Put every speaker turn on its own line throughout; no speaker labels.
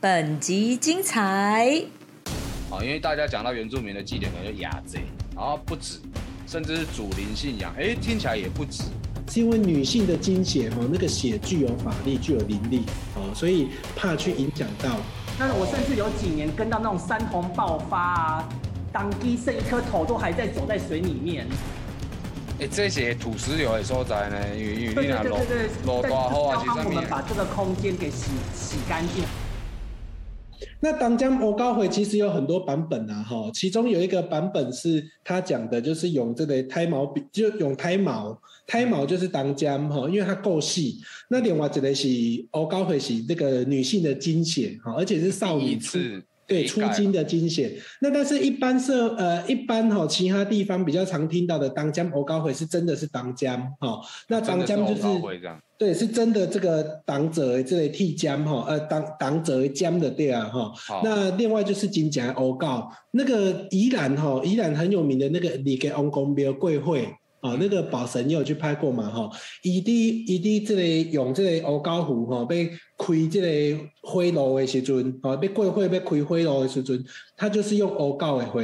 本集精彩。
啊，因为大家讲到原住民的祭典，可能就雅贼，然后不止，甚至是祖灵信仰，哎，听起来也不止。
是因为女性的经血哦，那个血具有法力，具有灵力哦，所以怕去影响到。
那我甚至有几年跟到那种山洪爆发啊，当地剩一颗头都还在走在水里面。
哎，这些土石流的所在呢，因为因为
对
你若
对对
落
对对，
落
但
啊大雨啊，
要
是
帮
啥
我们
物
把
啊？
这个空间给洗洗干净。
那当江欧高回其实有很多版本啊，哈，其中有一个版本是他讲的，就是用这个胎毛笔，就用胎毛，胎毛就是当江哈，因为它够细。那另外一个是欧高回是那个女性的经血哈，而且是少
第
女
一
出
次
对，
理
出
解
金的金血。那但是，一般社呃，一般哈、其他地方比较常听到的当江欧高会是真的是当江哈、哦，那当江就
真的
是
是欧高会这样。
对，是真的这个党者的这类替江哈，呃，党党者的江的对啊哈、
好，
那另外就是金甲欧告，那个宜兰哈、宜兰很有名的那个你给翁公庙贵会啊、哦，那个宝神也有去拍过嘛哈、伊伫伊伫这个用这个欧高湖吼、被开这个火炉的时阵，哦吼、被贵会被开火炉的时阵，他就是用欧高的火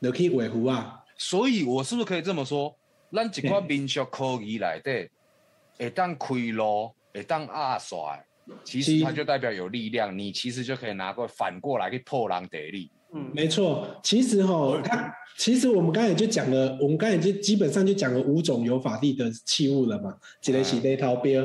落去维护啊。
所以我是不是可以这么说？咱一寡民俗科技内底，会当开路，会当压刷，其实
是
它就代表有力量，你其实就可以拿过反过来去破人得力。
嗯，
没错，其实哈、他其实我们刚才就讲了，我们刚才就基本上就讲了五种有法力的器物了嘛，一个是雷头标。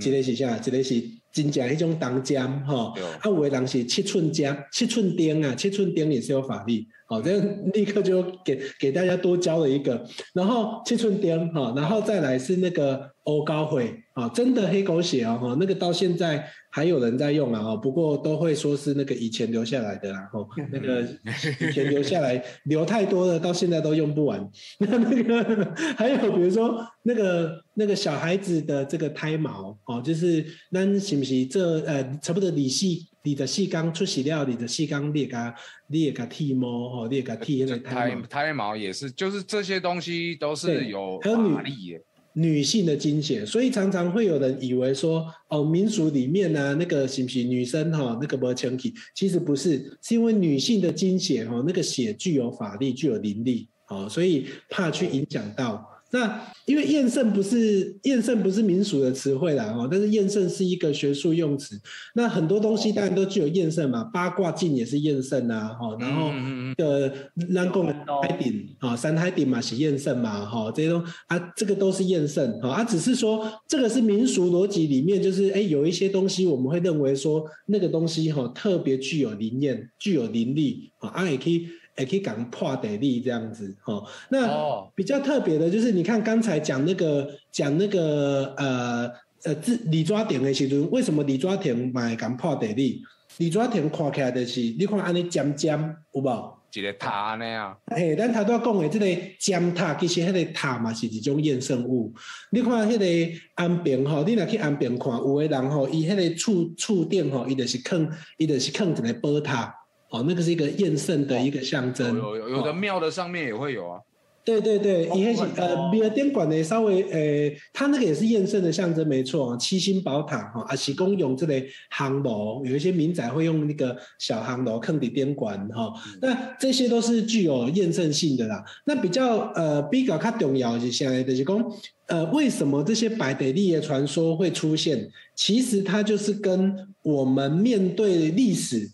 一个是啥？一个是真正迄种当尖吼
对，
啊有的人是七寸尖、七寸钉啊，七寸钉也是有法力，好、这样立刻就给给大家多教了一个。然后七寸钉哈、然后再来是那个欧高会啊、真的黑狗血哦，哈那个到现在还有人在用啊，哦，不过都会说是那个以前留下来的啦，哦，那个以前留下来留太多了，到现在都用不完。 那那个还有比如说那个那个小孩子的这个胎毛哦，就是咱是不是这呃差不多你细你的细缸出洗了，你的细缸你也甲你也甲剃毛哦，你也甲剃那
这
个胎
胎
毛，
胎毛也是，就是这些东西都是
对
有
还有女
法力的。
女性的经血，所以常常会有人以为说哦，民俗里面呢、那个是不是女生哈、那个不前体，其实不是，是因为女性的经血哈、那个血具有法力，具有灵力，哦，所以怕去影响到。那因为验证不是验证不是民俗的词汇啦哦，但是验证是一个学术用词。那很多东西当然都具有验证嘛，八卦镜也是验证啊，哦，然后
嗯嗯嗯
呃，咱讲的海顶啊，山海顶嘛是验肾嘛，哈、这些都啊，这个都是验肾啊，啊，只是说这个是民俗逻辑里面，就是哎、有一些东西我们会认为说那个东西哈、特别具有灵验，具有灵力啊，啊也可以也可以讲破得力这样子哈、那、
哦
比较特别的就是，你看刚才讲那个讲那个呃呃，自李抓田的时阵，为什么李抓田买敢破地理？李抓田看起来就是，你看安尼尖尖有无？
一个塔那样，
嘿，咱头拄仔讲的这个尖塔，其实迄个塔嘛是一种衍生物。你看迄个安平吼，你若去安平看，有的人吼，伊迄个厝厝顶吼，伊就是坑，伊就是坑一个宝塔，哦，那个是一个验圣的一个象
有
征。
有有有的
哦
庙的上面也会有啊。
对对对，
哦
伊迄是
很多
呃，比尔电管的稍微呃，它那个也是验证的象征，没错哦。七星宝塔哈，啊，是公用这类航楼，有一些民宅会用那个小航楼坑底电管哈、那这些都是具有验证性的啦。那比较呃比较较重要的是啥呢？就是讲呃，为什么这些白得利的传说会出现？其实它就是跟我们面对历史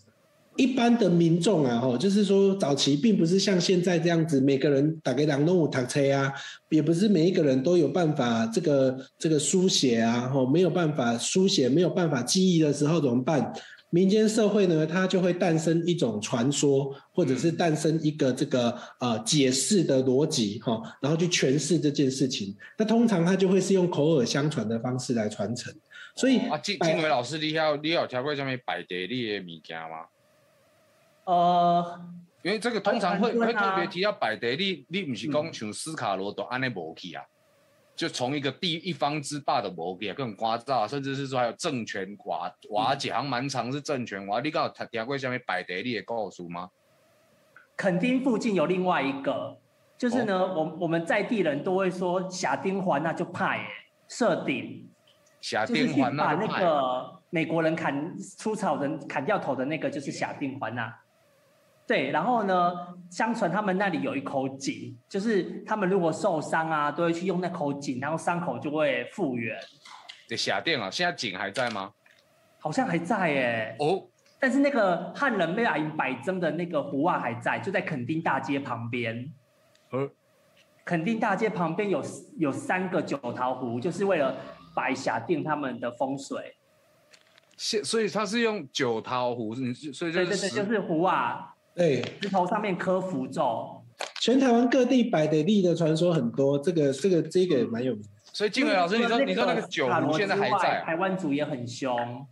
一般的民众啊，吼，就是说早期并不是像现在这样子，每个人打给狼动物打车啊，也不是每一个人都有办法这个这个书写啊，吼，没有办法书写，没有办法记忆的时候怎么办？民间社会呢，它就会诞生一种传说，或者是诞生一个这个呃解释的逻辑哈、然后去诠释这件事情。那通常它就会是用口耳相传的方式来传承，所以
啊，金
百
金伟老师，你有你有听过上面摆地理的物件吗？
呃，
因为这个通常会
很多
会
啊
特别提到摆地理，你不是
嗯
讲像斯卡罗都安尼无去啊？就从一个地一方之霸的无去啊，更夸张，甚至是说还有政权瓦
嗯
瓦解，好像蛮常是政权瓦。你敢有听听过下面摆地理的故事吗？
垦丁附近有另外一个，就是呢，
哦
我我们在地人都会欸说“霞丁环”，那就派耶设顶，
下
就是
丁
去
环
把
那
那
派，
个美国人砍出草人砍掉头的那个就是夏定环呐、啊对，然后呢，相传他们那里有一口井，就是他们如果受伤啊，都会去用那口井，然后伤口就会复原，
这霞店啊，现在井还在吗？
好像还在耶、
哦，
但是那个汉人被阿银摆蒸的那个湖啊还在，就在垦丁大街旁边。
呃
垦丁大街旁边有有三个九桃湖，就是为了摆霞定他们的风水。
现所以它是用九桃湖，你是所以
对
就
对
是
对，
石
就是湖啊，
对，
石头上面刻符咒。
全台湾各地百得利的传说很多，这个这个这个也蛮有名的。
所以金伟老师，你说你说那个九
塔罗
湖现在还
之外
在啊？
台湾族也很凶。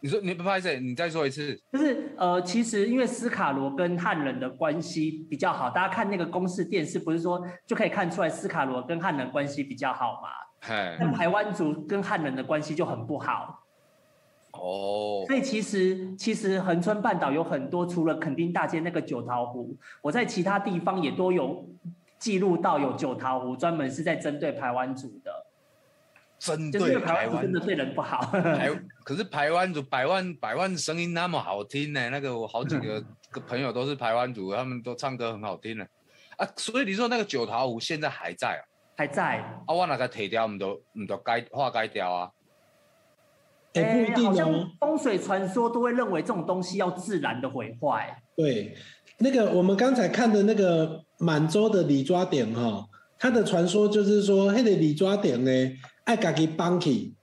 你说你不拍谁？你再说一次。
就是呃，其实因为斯卡罗跟汉人的关系比较好，大家看那个公式电视，不是说就可以看出来斯卡罗跟汉人关系比较好嘛？
嘿，
那台湾族跟汉人的关系就很不好，
哦，
所以其实其实恒春半岛有很多，除了垦丁大街那个九桃湖，我在其他地方也都有记录到有九桃湖，专门是在针对台湾族的，
针
就是因
对
为台
台湾
湾族真的对人不 好。
台，可是台湾族百万百万声音那么好听呢、那个我好几 个个朋友都是台湾族，他们都唱歌很好听呢、啊，所以你说那个九桃湖现在还在啊？
还在，
啊，我那个提掉，唔都唔都改化改掉啊？
哎、
哎
不一定
好像
哦。
风水传说都会认为这种东西要自然的毁坏。
对，那个我们刚才看的那个满洲的李抓点哈、哦，他的传说就是说，那个李抓点呢，爱家己放弃，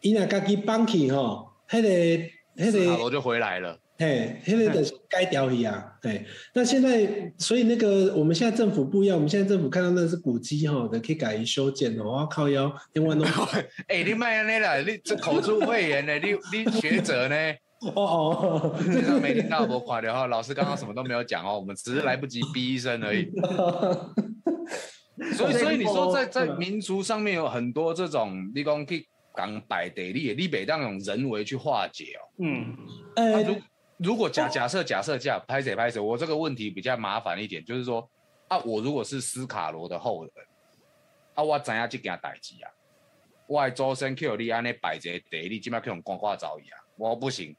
伊若家己放弃吼，迄、个迄、
斯卡
个
罗就回来了。
嘿，迄、个就是该掉去啊。嘿，那现在所以那个我们现在政府不一样，我们现在政府看到那是古迹哈、哦，就可以改修建哦，我靠腰，另外弄。
哎、你卖安尼啦，你这口出秽言呢？你你学者呢？
哦哦，
你都没听到我垮掉哈，老师刚刚什么都没有讲哦，我们只是来不及逼医生而 已。所以所以你说在在民族上面有很多这种，你讲去讲摆地理，你北当用人为去化解哦。
嗯，
哎、
啊、
哦
如如果假假设假设这样，拍谁拍谁，我这个问题比较麻烦一点，就是说啊，我如果是斯卡罗的后人，啊，我怎样去件代志啊？我的周身 Q 你安尼摆一个地理，即摆去用光化早已啊，我不行，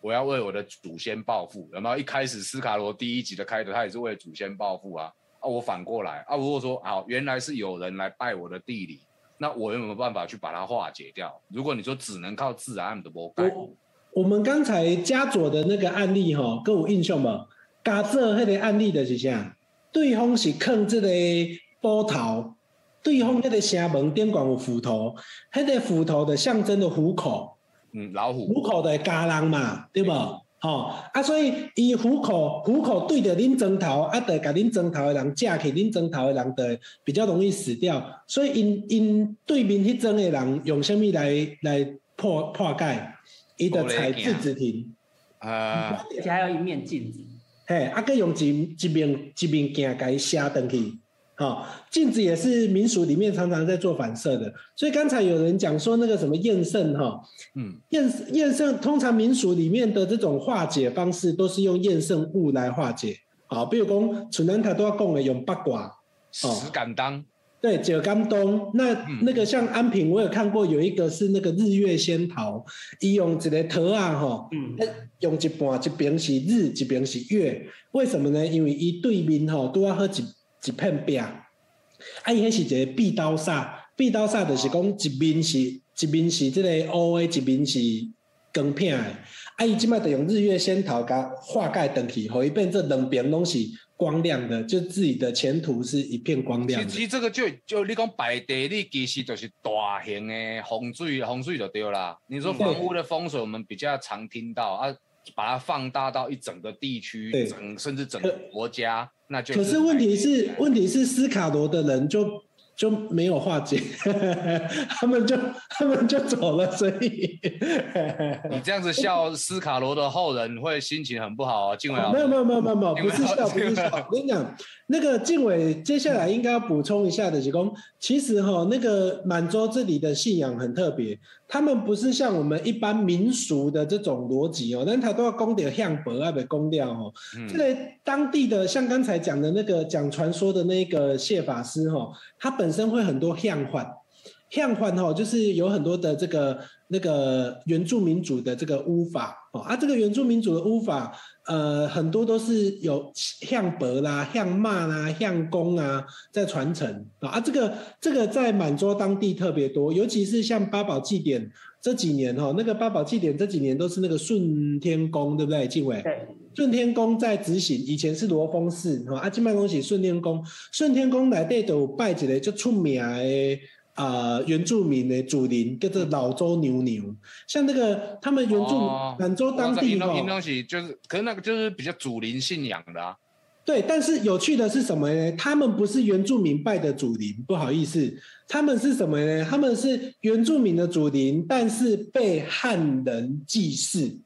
我要为我的祖先报复。有没有？一开始斯卡罗第一集的开头，他也是为了祖先报复啊。啊，我反过来啊，如果说好，原来是有人来拜我的地理，那我有没有办法去把它化解掉？如果你说只能靠自然的魔改，
我我们刚才加佐的那个案例吼、各有印象无？加佐迄个案例就是啥？对方是坑这个波头，对方迄个城门顶管有斧头，迄、个斧头的象征的虎口，
嗯，老虎。
虎口的家人嘛，对无？吼、啊，所以伊虎口虎口对着恁砖头，啊，就甲恁砖头的人架去，恁砖头的人就会比较容易死掉。所以因因对面迄种的人用什么来来破破解？伊就踩制止亭。
呃，
而且还有一面镜子。
嘿，啊，佮用一一面一面镜甲伊写登去。好、镜子也是民俗里面常常在做反射的，所以刚才有人讲说那个什么验圣哈、
嗯，
验验圣通常民俗里面的这种化解方式都是用验圣物来化解，好、比如讲，楚南塔都要讲的用八卦，哦
石敢当，
对，九甘东。那
嗯
那个像安平，我有看过有一个是那个日月仙桃，伊用一个桃啊吼，
嗯，
用一半一边是日，一边是月，为什么呢？因为伊对面吼拄啊好一一片壁，啊伊迄是一个壁刀煞，壁刀煞就是讲一面是一面是即个乌的，一面是光片的。啊伊即摆就用日月仙桃甲化解登去，互伊变做两边拢是光亮的，就自己的前途是一片光亮
其
的。
实这个就就你讲摆地理，其实就是大型的风水，风水就对啦。你说房屋的风水，我们比较常听到啊，把它放大到一整个地区，
对
整甚至整个国家，那就
可是问题是
摆地，理
问题是斯卡罗的人就就没有化解， 他们就他们就走了，所以
你这样子笑斯卡罗的后人会心情很不好啊，静伟老
没有
师。
没有没有没有没有，
你
不
们
是笑
要
不是笑。我跟你讲，那个静伟接下来应该要补充一下的，就是说，其实哈、那个满洲这里的信仰很特别，他们不是像我们一般民俗的这种逻辑哦，但他都要供点向伯啊，被供掉哦。这
嗯，
个当地的，像刚才讲的那个讲传说的那个谢法师哈、他本身会很多向法，像换哈，就是有很多的这个那个原住民族的这个巫法哦，啊，这个原住民族的巫法，呃，很多都是有像伯啦、像骂啦、像公啊在传承啊，啊，这个这个在满洲当地特别多，尤其是像八宝祭典这几年哈，那个八宝祭典这几年都是那个顺天宫，对不对，静伟？
对，
顺天宫在执行，以前是罗峰寺哈，啊，金麦东是顺天宫，顺天宫内底就有拜一个足出名的呃原住民的祖灵，叫做老周牛牛。像那个他们原住民
哦
满洲当地
应
哈、
当应当是就是，可是那个就是比较祖灵信仰的啊。
对，但是有趣的是什么呢？他们不是原住民拜的祖灵，不好意思，他们是什么呢？他们是原住民的祖灵，但是被汉人祭祀。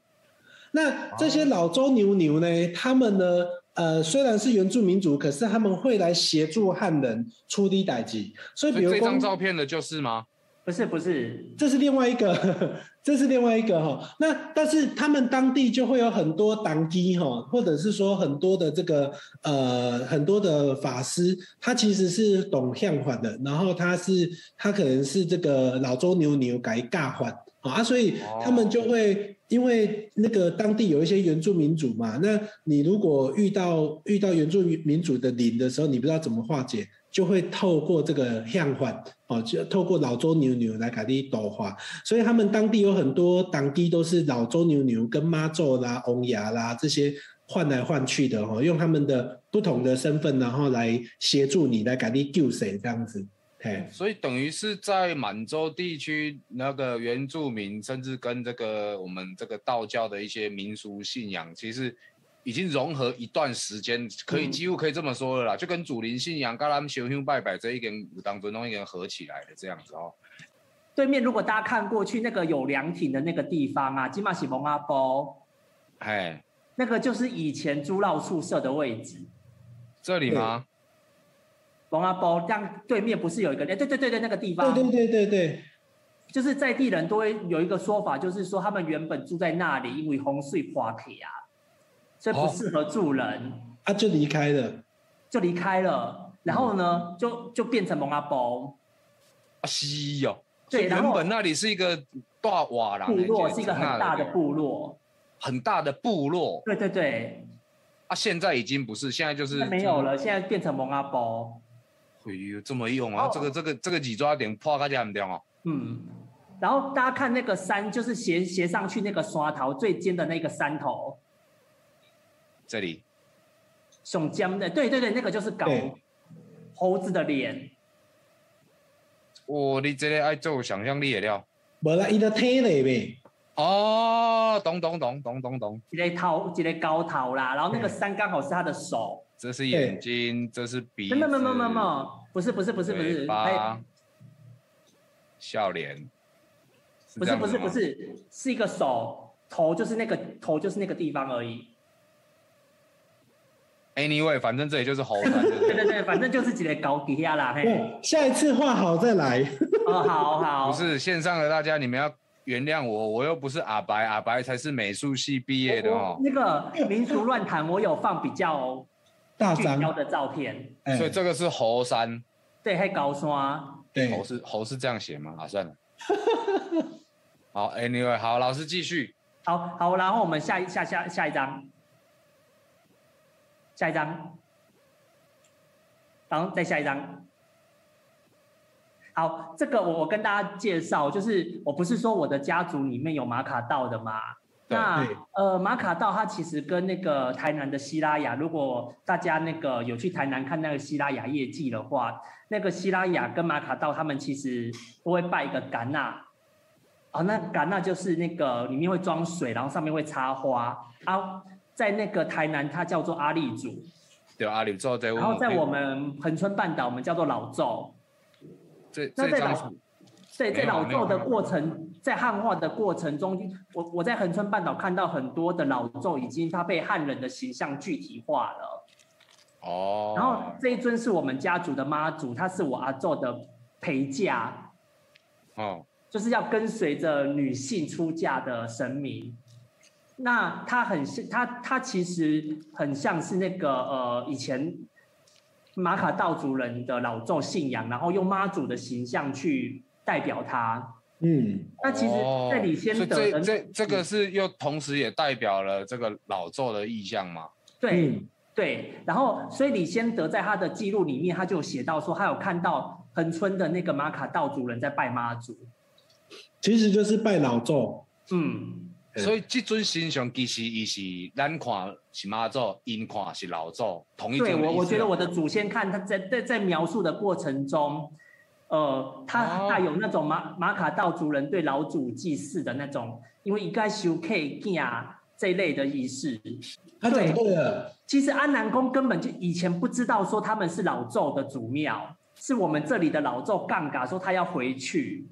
那这些老周牛牛呢？他们呢？呃，虽然是原住民族，可是他们会来协助汉人出力打击。所以，
所
比
以
如
这张
说。
照片的就是吗？
不是不是，
这是另外一个， 这是另外一个哈。那但是他们当地就会有很多党基哈，或者是说很多的这个呃很多的法师，他其实是懂相法的，然后他是他可能是这个老周牛牛改尬法啊，所以他们就会。因为那个当地有一些原住民族嘛，那你如果遇到遇到原住民族的灵的时候，你不知道怎么化解，就会透过这个向缓哦，就透过老周牛牛来给你斗化，所以他们当地有很多当地都是老周牛牛跟妈祖啦、翁牙啦这些换来换去的哦，用他们的不同的身份，然后来协助你来给你救谁这样子，嘿，
所以等于是在满洲地区那个原住民，甚至跟这个我们这个道教的一些民俗信仰，其实已经融合一段时间，可以
嗯
几乎可以这么说了啦，就跟祖灵信仰、跟他们修修拜拜这一根武当尊弄一根合起来的这样子哦。
对面如果大家看过去那个有凉亭的那个地方啊，金马喜蒙阿波，
哎，
那个就是以前朱老宿舍的位置。
这里吗？
蒙阿波，让对面不是有一个？哎，对对对对，那个地方，
对对对对对，
就是在地人都会有一个说法，就是说他们原本住在那里，因为洪水垮铁啊，所以不适合住人，
啊就离开了，
就离开了。然后呢，
嗯
就就变成蒙阿波
啊，西哦。所以
对然
原
后
本那里是一个大瓦廊
部
欸，
落，
就是
一个很大的部落。
很大的部落
对对对，
啊，现在已经不是，现在就是
现在没有了，现在变成蒙阿波。
哎呦，这么用啊！
哦
这个这个这个几抓点破开这样掉哦。
嗯，然后大家看那个山，就是斜斜上去那个刷头最尖的那个山头，
这里
熊江的，对对对，那个就是搞
对
猴子的脸。
哇，你这个爱做想象力的料
没啦，伊就退了呗，
哦，懂懂懂懂懂懂，
一个头，一个高头啦，然后那个山刚好是他的手，
这是眼睛，这是鼻子，
没有没有没有没有没有，不是不是不是不
尾
是，
巴
哎，
笑脸，
不是不是不
是
是，是一个手，头就是那个头就是那个地方而已。
这样子吗。Anyway，反正这里就是猴山，对不
对
对
对对，反正就是一个高底下啦，嘿，
对，哦下一次画好再来，
哦好好，
哦不是线上的大家，你们要原谅我，我又不是阿白，阿白才是美术系毕业的哦
我。那个民族乱谈，我有放比较
大
聚
张，
焦嗯的照片，
哎
所以这个是猴山，
对，还高山，
对
猴是猴是这样写吗？啊，算了。好，Anyway，好，老师继续。
好好，然后我们下一下下下一张，下一张，然后再下一张。好，这个我我跟大家介绍，就是我不是说我的家族里面有马卡道的嘛？
对
那
对
呃，马卡道它其实跟那个台南的希拉雅，如果大家那个有去台南看那个希拉雅夜祭的话，那个希拉雅跟马卡道他们其实都会拜一个甘纳。哦，那甘纳就是那个里面会装水，然后上面会插花啊，在那个台南它叫做阿利族，
对阿里之后再问
然
我。
后在我们恒春半岛我们叫做老咒。
这
那
这
在
张
老
是
对，在
没有
老
没有
咒的
没有
过程，在汉化的过程中，我我在恒春半岛看到很多的老咒已经它被汉人的形象具体化了。
哦，
然后这一尊是我们家族的妈祖，她是我阿咒的陪嫁，
哦，
就是要跟随着女性出嫁的神明。那它很像，它它其实很像是那个呃以前马卡道族人的老咒信仰，然后用妈祖的形象去代表他。
嗯，
那其实，在李先
哦
德嗯
所以
的、
这这这个是又同时也代表了这个老纣的意象嘛？
对、
嗯
对，然后所以李先德在他的记录里面，他就有写到说，他有看到恒春的那个马卡道族人在拜妈祖。
其实就是拜老纣，
嗯，
嗯
所以这尊形象其实伊是咱看是妈祖，因看是老纣，同一种
对
的意思啊。
我我觉得我的祖先看他在在在描述的过程中，呃，他
哦
带有那种马马卡道族人对老祖祭祀的那种，因为一该修 K 啊这一类的仪式。
他讲
对
对了，
其实安南宫根本就以前不知道说他们是老纣的祖庙，是我们这里的老纣杠嘎说他要回去。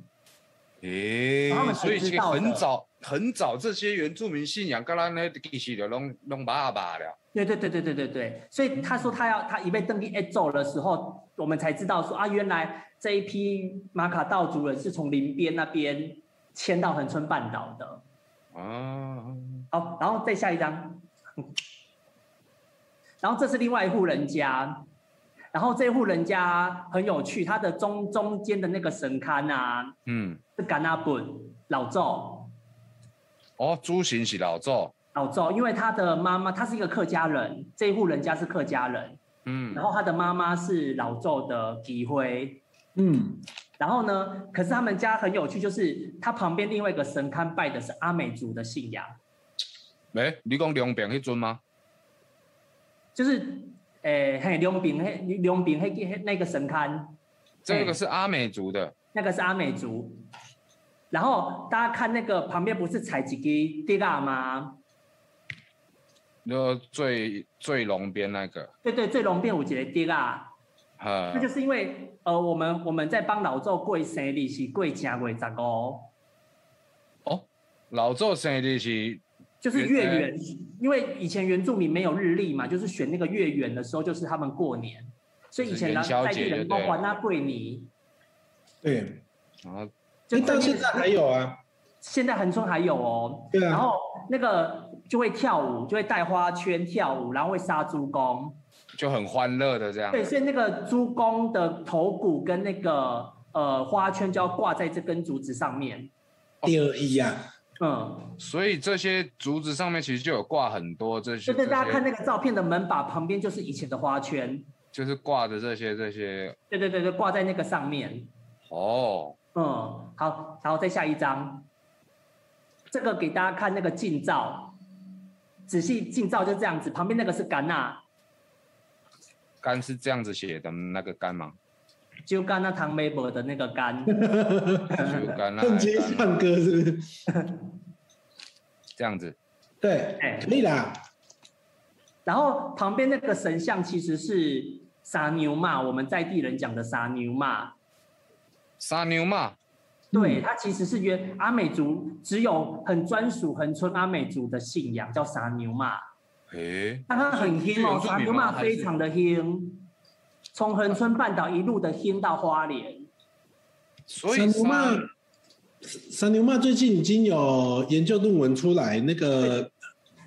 诶、
他们才
所以其
知
实
道的
很早很早，这些原住民信仰跟咱那其实就拢拢爸爸了。
对对对对对对对，所以他说他要他一被登记一走的时候，我们才知道说啊，原来这一批马卡道族人是从林边那边迁到恒春半岛的。
啊，
好，然后再下一张，然后这是另外一户人家，然后这户人家很有趣，它的中中间的那个神龛啊，
嗯，
是甘纳本老赵，
哦，主神是老祖，
老赵，因为他的妈妈，他是一个客家人，这一户人家是客家人，
嗯
然，后他的妈妈是老赵的吉辉，
嗯，
然后呢，可是他们家很有趣，就是他旁边另外一个神龛拜的是阿美族的信仰，
诶、你讲两边迄尊吗？
就是诶嘿两边嘿两边嘿嘿那个神龛，
这个
嗯
是阿美族的，
那个是阿美族。然后大家看那个旁边不是采几个地大吗？
就最最龙边那个，
对对，最龙变五节的地大，
呃
那，就是因为呃，我们我们在帮老周跪生日是跪正跪十五，
老祖生日是
就是月圆，因为以前原住民没有日历嘛，就是选那个月圆的时候，就是他们过年，所以以
就是
前
元宵
在
节
地人
就
都
对了
还那跪泥，
对，
啊，
就
诶到
是
现在还有啊，
现在恒春还有哦，
对啊
然后那个就会跳舞，就会带花圈跳舞，然后会杀猪公。
就很欢乐的这样。
对，所以那个猪公的头骨跟那个呃花圈就要挂在这根竹子上面。
第二一啊，
嗯，
所以这些竹子上面其实就有挂很多这些，
对对，
这
大家看
些
那个照片的门把旁边就是以前的花圈。
就是挂着这些这些
对对对对，挂在那个上面。
哦，
嗯，好，然后再下一张，这个给大家看那个近照，仔细近照就这样子，旁边那个是甘纳，
干是这样子写的那个干吗？
就甘纳唐梅伯的那个 甘。
就干那
趁机
啊干
唱歌是不是？
这样子，
对，
哎
可以啦，
然后旁边那个神像其实是杀牛嘛，我们在地人讲的杀牛嘛。
杀牛嘛，嗯
对，它其实是原阿美族只有很专属恒春阿美族的信仰，叫撒牛嘛。
诶、
但它很
是
兴哦，
是原住民吗
撒牛嘛
还是
非常的兴，从恒春半岛一路的兴到花莲。
所
三
以
牛妈
杀，
三牛妈最近已经有研究论文出来，那个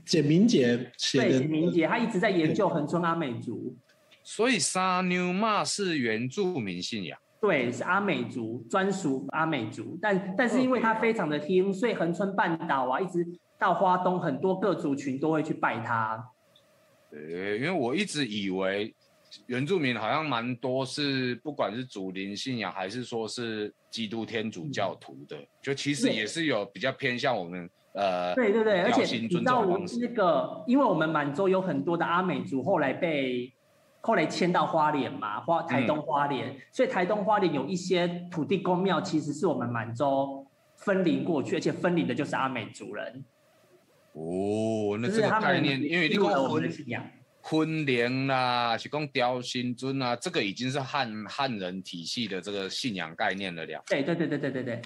简明姐写
对，
的，
简明姐她一直在研究恒春阿美族，
所以杀牛嘛是原住民信仰，
对，是阿美族专属阿美族，但但是因为它非常的兴，所以恒春半岛啊，一直到花东很多各族群都会去拜它。
诶、因为我一直以为原住民好像蛮多是不管是祖灵信仰还是说是基督天主教徒的，就其实
嗯对
也是有比较偏向我们呃，
对对对，而且
表情
你
尊重
知道
的
我
方式
那个，因为我们满洲有很多的阿美族，后来被后来迁到花莲嘛，花台
嗯
东花莲，所以台东花莲有一些土地公庙，其实是我们满洲分离过去，而且分离的就是阿美族人，
哦，那
就
这
是
个
他
概
们
念，因为你
入了
讲
我们的
婚
信仰。
婚联啦，是讲雕新尊啊，这个已经是汉汉人体系的这个信仰概念了了。
对对对对对对对。
哎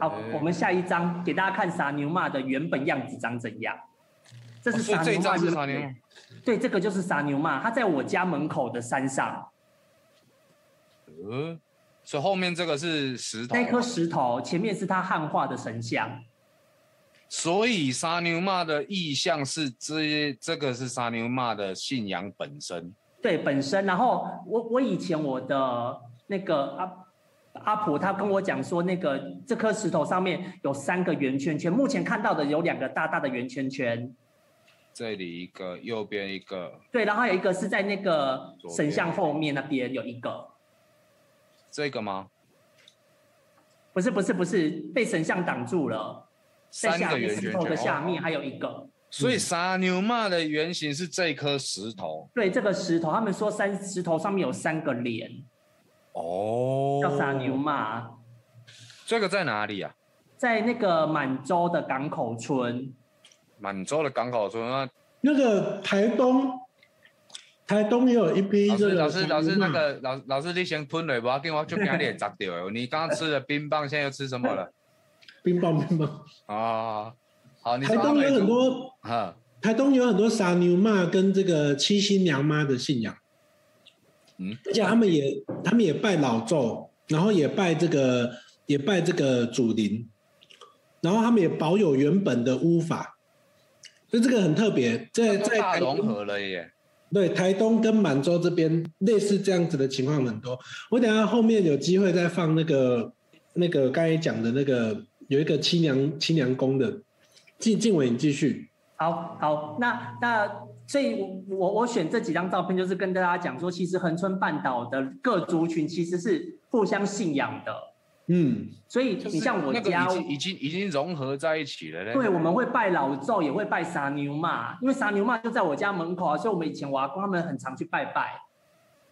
好，我们下一张给大家看撒牛骂的原本样子长怎样。这
哦
是
所以
撒
这一
牛骂
张是
原
啥
本
呢？
对，这个就是撒牛骂，它在我家门口的山上。
呃，所以后面这个是石头
那，颗石头前面是他汉化的神像，
所以沙牛骂的意象是这这个是沙牛骂的信仰本身。
对本身。然后我我以前我的那个啊阿婆她跟我讲说，那个这颗石头上面有三个圆圈圈，目前看到的有两个大大的圆圈圈，
这里一个，右边一个，
对，然后还有一个是在那个
左边
神像后面那边有一个，
这个吗？
不是不是不是被神像挡住了，在
三
下
个
面
圆
石
圈
头
圈
的下面嗯
哦
还有一个，
所以傻牛骂的原型是这颗石头
对，这个石头他们说三石头上面有三个脸，
哦
叫傻牛。嘛，
这个在哪里啊？
在那个满洲的港口村，
满洲的港口村啊。
那个台东，台东也有一批
老
这
师，
个
老师，老师，
台
那
湾
个老老师，你先吞了吧，跟我就给他 脸砸掉了。哦你刚刚吃了冰棒，现在又吃什么 了？
冰棒冰棒，
啊，好，你
台
说
东有很多，
他们哈
台东有很多傻牛妈跟这个七星娘妈的信仰，
嗯，
而且他们也他们也拜老咒，然后也拜这个也拜这个祖灵，然后他们也保有原本的巫法，所以这个很特别，在在
大
台东
融合了耶。
对，台东跟满洲这边类似这样子的情况很多。我等一下后面有机会再放那个那个刚才讲的那个有一个清凉清凉宫的，静静伟你继续。
好好，那那所以我，我我选这几张照片，就是跟大家讲说，其实恒春半岛的各族群其实是互相信仰的。
嗯，
所以
就是
你像我
那个
家，
已经已经已经融合在一起了嘞。
对，我们会拜老灶，也会拜傻牛嘛，因为傻牛嘛就在我家门口啊，所以我们以前我阿公他们很常去拜拜。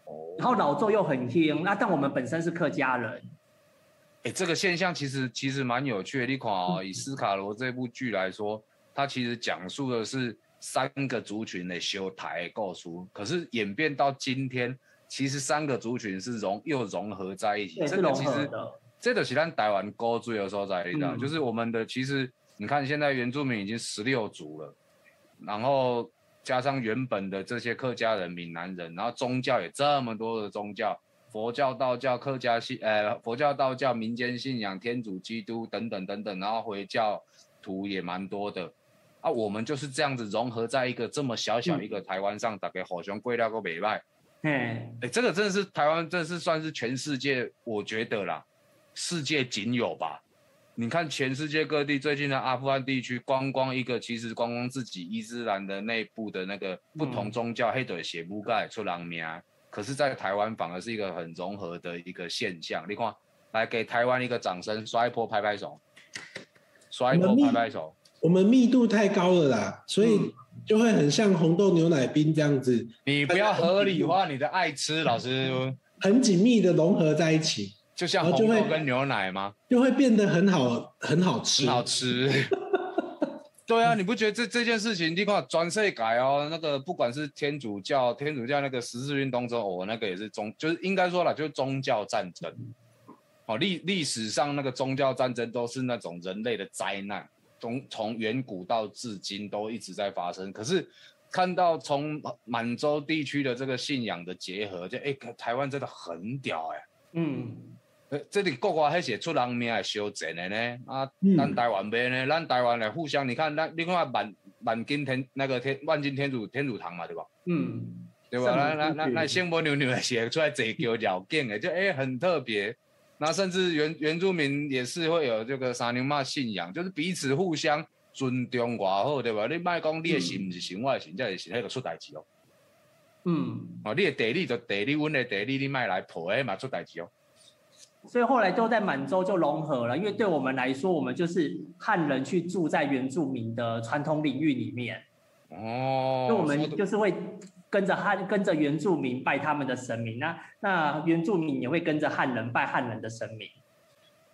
哦
然后老灶又很兴，那但我们本身是客家人，
哎，这个现象其实其实蛮有趣的。你看
嗯
哦，以斯卡罗这部剧来说，它其实讲述的是三个族群的修台构书，可是演变到今天，其实三个族群是融又融合在一起。
对，
这
是
个
融
其
合
实
的。
这个是咱台湾高最的所在，你知道，
嗯
就是我们的其实你看现在原住民已经十六族了，然后加上原本的这些客家人、闽南人，然后宗教也这么多的宗教，佛教、道教、客家信呃佛教、道教、民间信仰、天主、基督等等等等，然后回教徒也蛮多的。啊，我们就是这样子融合在一个这么小小一个台湾上，大概好像贵料个北拜，
哎，
哎、这个真的是台湾，真的是算是全世界，我觉得啦，世界仅有吧。你看全世界各地最近的阿富汗地区，光光一个其实光光自己伊斯兰的内部的那个不
嗯
同宗教黑的血不盖出狼名，啊可是，在台湾反而是一个很融合的一个现象。你看，来给台湾一个掌声，刷一波拍拍手，刷一波拍拍手。
我们密度太高了啦，所
嗯
以就会很像红豆牛奶冰这样子，
你不要合 理化你的爱吃，老师，
很紧密的融合在一起，
就像
然后
红
就会
豆跟牛奶吗？
就会变得很好，很好吃。
很好吃。 对啊，你不觉得这这件事情，你看转世改哦，那个不管是天主教，天主教那个十字军东征，哦，那个也是宗，就是应该说了，就是宗教战争。哦，历历史上那个宗教战争都是那种人类的灾难，从从远古到至今都一直在发生。可是看到从满洲地区的这个信仰的结合，就哎、台湾真的很屌哎、
嗯，
呃，这里国外还写出人命的修正的呢，啊，
嗯
咱台湾没呢，咱台湾的互相，你看，那你看万万金天那个天万金天主天主堂嘛，对吧？
嗯，
对吧？
圣母
那那
天
那
主
那仙波牛牛写出来这个绕境的，就哎、很特别。那甚至原原住民也是会有这个沙牛妈信仰，就是彼此互相尊重外好，对吧？你莫讲你的神不是神，我的神，这是那个出代志哦。
嗯，
哦，你的地理就地理，阮的地理，你莫来破，哎嘛出代志哦。
所以后来就在满洲就融合了，因为对我们来说，我们就是汉人去住在原住民的传统领域里面，
哦，
就我
说得
们就是会跟着汉跟着原住民拜他们的神明，那那原住民也会跟着汉人拜汉人的神明。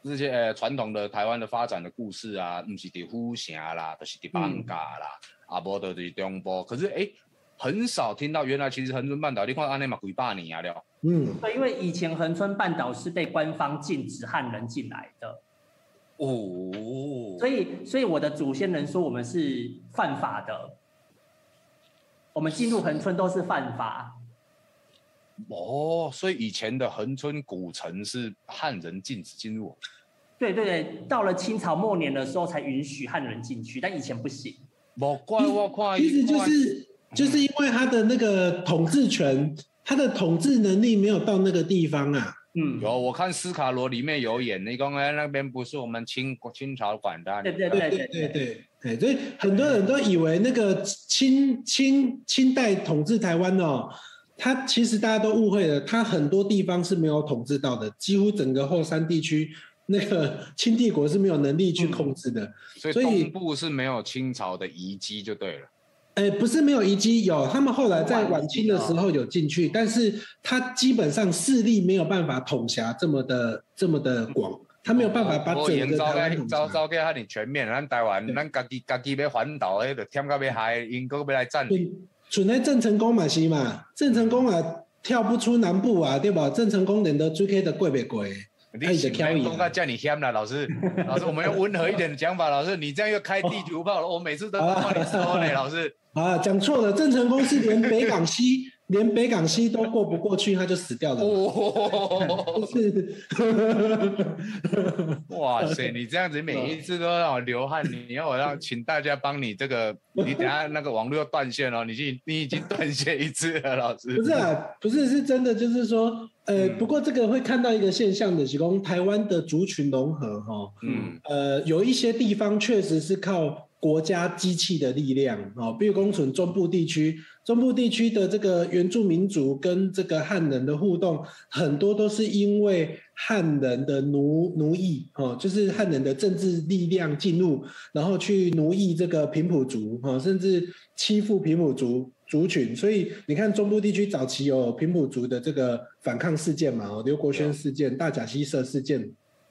这些呃传统的台湾的发展的故事啊，唔是伫府城啦，就是伫放假啦，啊无就是中部。可是诶，很少听到原来其实恒春半岛，你看安尼嘛几百年啊了。
嗯，
对，因为以前恒春半岛是被官方禁止汉人进来的，
哦，
所以所以我的祖先人说我们是犯法的，我们进入恒春都是犯法。
哦，所以以前的恒春古城是汉人禁止进入。
对对对，到了清朝末年的时候才允许汉人进去，但以前不行。
莫怪我看
意思就
看
是就是因为他的那个统治权，他的统治能力没有到那个地方啊，
嗯，
有，我看斯卡罗里面有演，那公哎那边不是我们清清朝管的啊，
对对
你看
对对对对。对，所以很多人都以为那个清清清代统治台湾哦，它其实大家都误会了，它很多地方是没有统治到的，几乎整个后山地区那个清帝国是没有能力去控制的。
所以
所以
东部是没有清朝的遗迹就对了。
呃，不是没有遗迹，有他们后来在晚清的时候有进去，但是他基本上势力没有办法统辖这么的这么的广，他没有办法把
我
整个
招
台
该
湾统
招
辖。
招给他你全面，咱台湾
对
咱家己家己要环岛，迄就忝到要害，英国要来占领。
准准在郑成功嘛是嘛，郑成功啊跳不出南部啊，对吧？郑成功连的 G K 的贵不贵？
你
哎你的
是不
挑
要
引
讲到叫你香了，老师，老师，我们要温和一点的讲法，老师，你这样又开地图炮了，我每次都
哦
要帮你说嘞，老 师。
啊，讲错了，郑成功是连北港西 连北港西都过不过去，他就死掉了。
哦，
是，
哇塞！你这样子每一次都让我流汗，你要我让请大家帮你这个，你等下那个网络要断线哦，你已经你已经断线一次了，老师
不。是啊，不是是真的，就是说，呃，
嗯
不过这个会看到一个现象的，是说台湾的族群融合哈、哦，
嗯，
呃，有一些地方确实是靠国家机器的力量哦，比如公存中部地区，中部地区的这个原住民族跟这个汉人的互动，很多都是因为汉人的奴奴役哦，就是汉人的政治力量进入，然后去奴役这个平埔族哦，甚至欺负平埔族。族群，所以你看中部地区早期有平埔族的这个反抗事件嘛，哦，刘国轩事件、大甲溪社事件，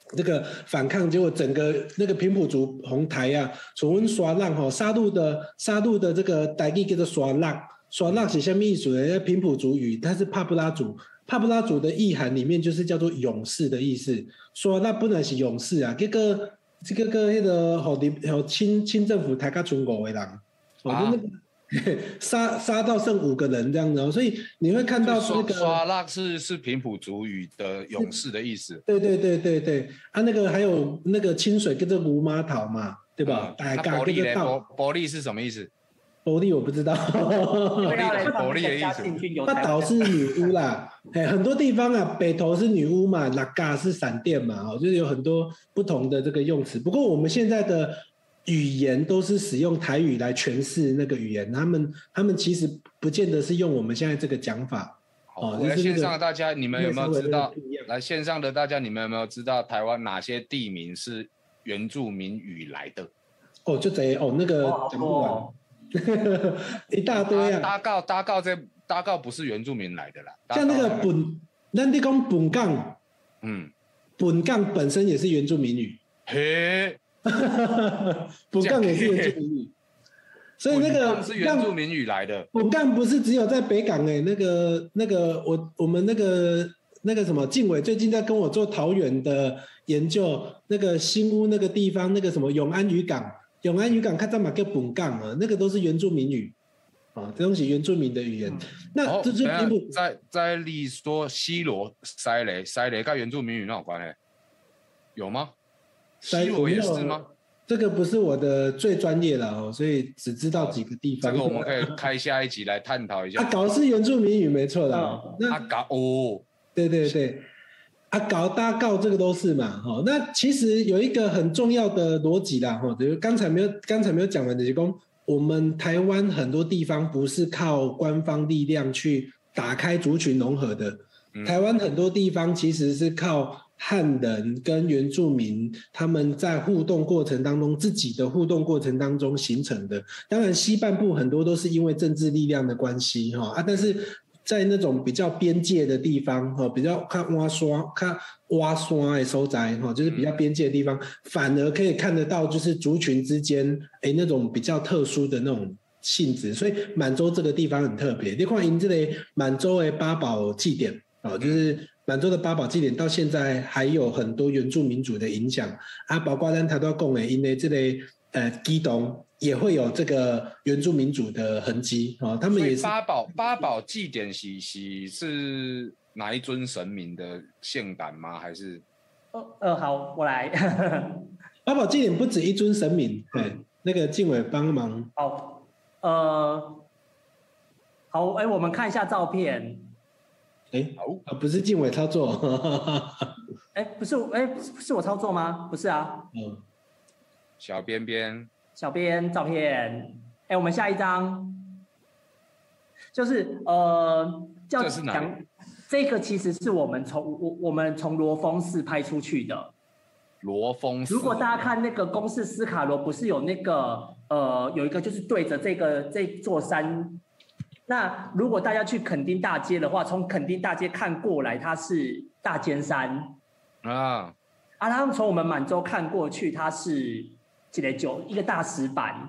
这个反抗，结果整个那个平埔族红台啊，从阮刷浪吼，杀戮的杀戮的这个代地叫做刷浪，刷浪是下面一组的平埔族语，它是帕布拉族，帕布拉族的意涵里面就是叫做勇士的意思，说那不能是勇士啊，这个这个个那个吼你吼清清政府抬到中国的人，我
啊
就那个。 杀杀到剩五个人这样子哦，所以你会看到这
刷
个
刷那是是平埔族语的勇士的意思，
对对对对对，啊，那个还有那个清水跟这吴妈桃嘛，对
对
吧？大
嗯那
概
伯
跟
利
这
嘞，伯
道，
伯利是什么意思？
伯利我不知道，
不
利
要来
保
放
利
那
的
个
意
嘉
思
庆君有
那
台
岛
湾
是女巫啦，哎，很多地方啊，北投是女巫嘛，拉嘎是闪电嘛，哦，就是有很多不同的这个用词。不过我们现在的语言都是使用台语来诠释那个语言，他们他们其实不见得是用我们现在这个讲法。
好，
哦
来
就是
线
那个
上的大家，你们有没有知道
因为稍微不一样？
来线上的大家，你们有没有知道台湾哪些地名是原住民语来的？
哦，就贼哦，那个
哦好
讲
多
不完，
哦
一大堆啊。
搭告搭告这搭告不是原住民来的啦，搭告
像那个
来的
本，咱你讲本港，
嗯，
本港本身也是原住民语，
嘿，
本港也是原住民语，所以那
本
个
港是原住民语来的，
本港不是只有在北港哎、那个那个我我们那个那个什么静伟最近在跟我做桃园的研究，那个新屋那个地方那个什么永安渔港，永安渔港看在嘛叫本港啊，那个都是原住民语啊，这东西原住民的语言，
嗯
那
哦，
这
等一
就是
下
平埔
在在例说西罗塞雷塞雷跟原住民语那有关系？有吗？
塞
西罗也是
我没有啊
吗？
这个不是我的最专业了哦，所以只知道几个地
这
方。
个我们可以开下一集来探讨一下
阿。啊搞是原住民语没错啦。
嗯
那
阿嘎哦，
对对对，阿搞大告这个都是嘛，哈、那其实有一个很重要的逻辑啦，哈、就是刚才没有刚才没有讲完的，就是说我们台湾很多地方不是靠官方力量去打开族群融合的，
嗯
台湾很多地方其实是靠汉人跟原住民他们在互动过程当中，自己的互动过程当中形成的。当然，西半部很多都是因为政治力量的关系哈啊，但是在那种比较边界的地方哈，比较看挖刷看挖刷的收窄哈，就是比较边界的地方，反而可以看得到就是族群之间诶、那种比较特殊的那种性质，所以满洲这个地方很特别。你看，因这个满洲的八宝祭典哦，就是满洲的八宝祭典到现在还有很多原住民族的影响啊，包括咱台湾讲的，因为这类呃基东也会有这个原住民族的痕迹哦，他们
所
也
以
是
八宝八宝祭典是是是哪一尊神明的献胆吗？还是
哦呃，好，我来。
八宝祭典不止一尊神明，
嗯
对，那个静伟帮忙，
好，呃，好，哎、我们看一下照片。
哎，
好，
啊，不是静伟操作， 哦
哎，不是我，哎，不是我操作吗？不是啊，
嗯，
小边边，
小编照片。哎，我们下一张，就是呃，叫
这是哪里
讲这个其实是我们从我我们从罗峰寺拍出去的。
罗峰寺。
如果大家看那个公式斯卡罗，不是有那个呃有一个就是对着这个这座山，那如果大家去垦丁大街的话，从垦丁大街看过来，它是大尖山
啊，
啊，然后从我们满洲看过去，它是几个九一个大石板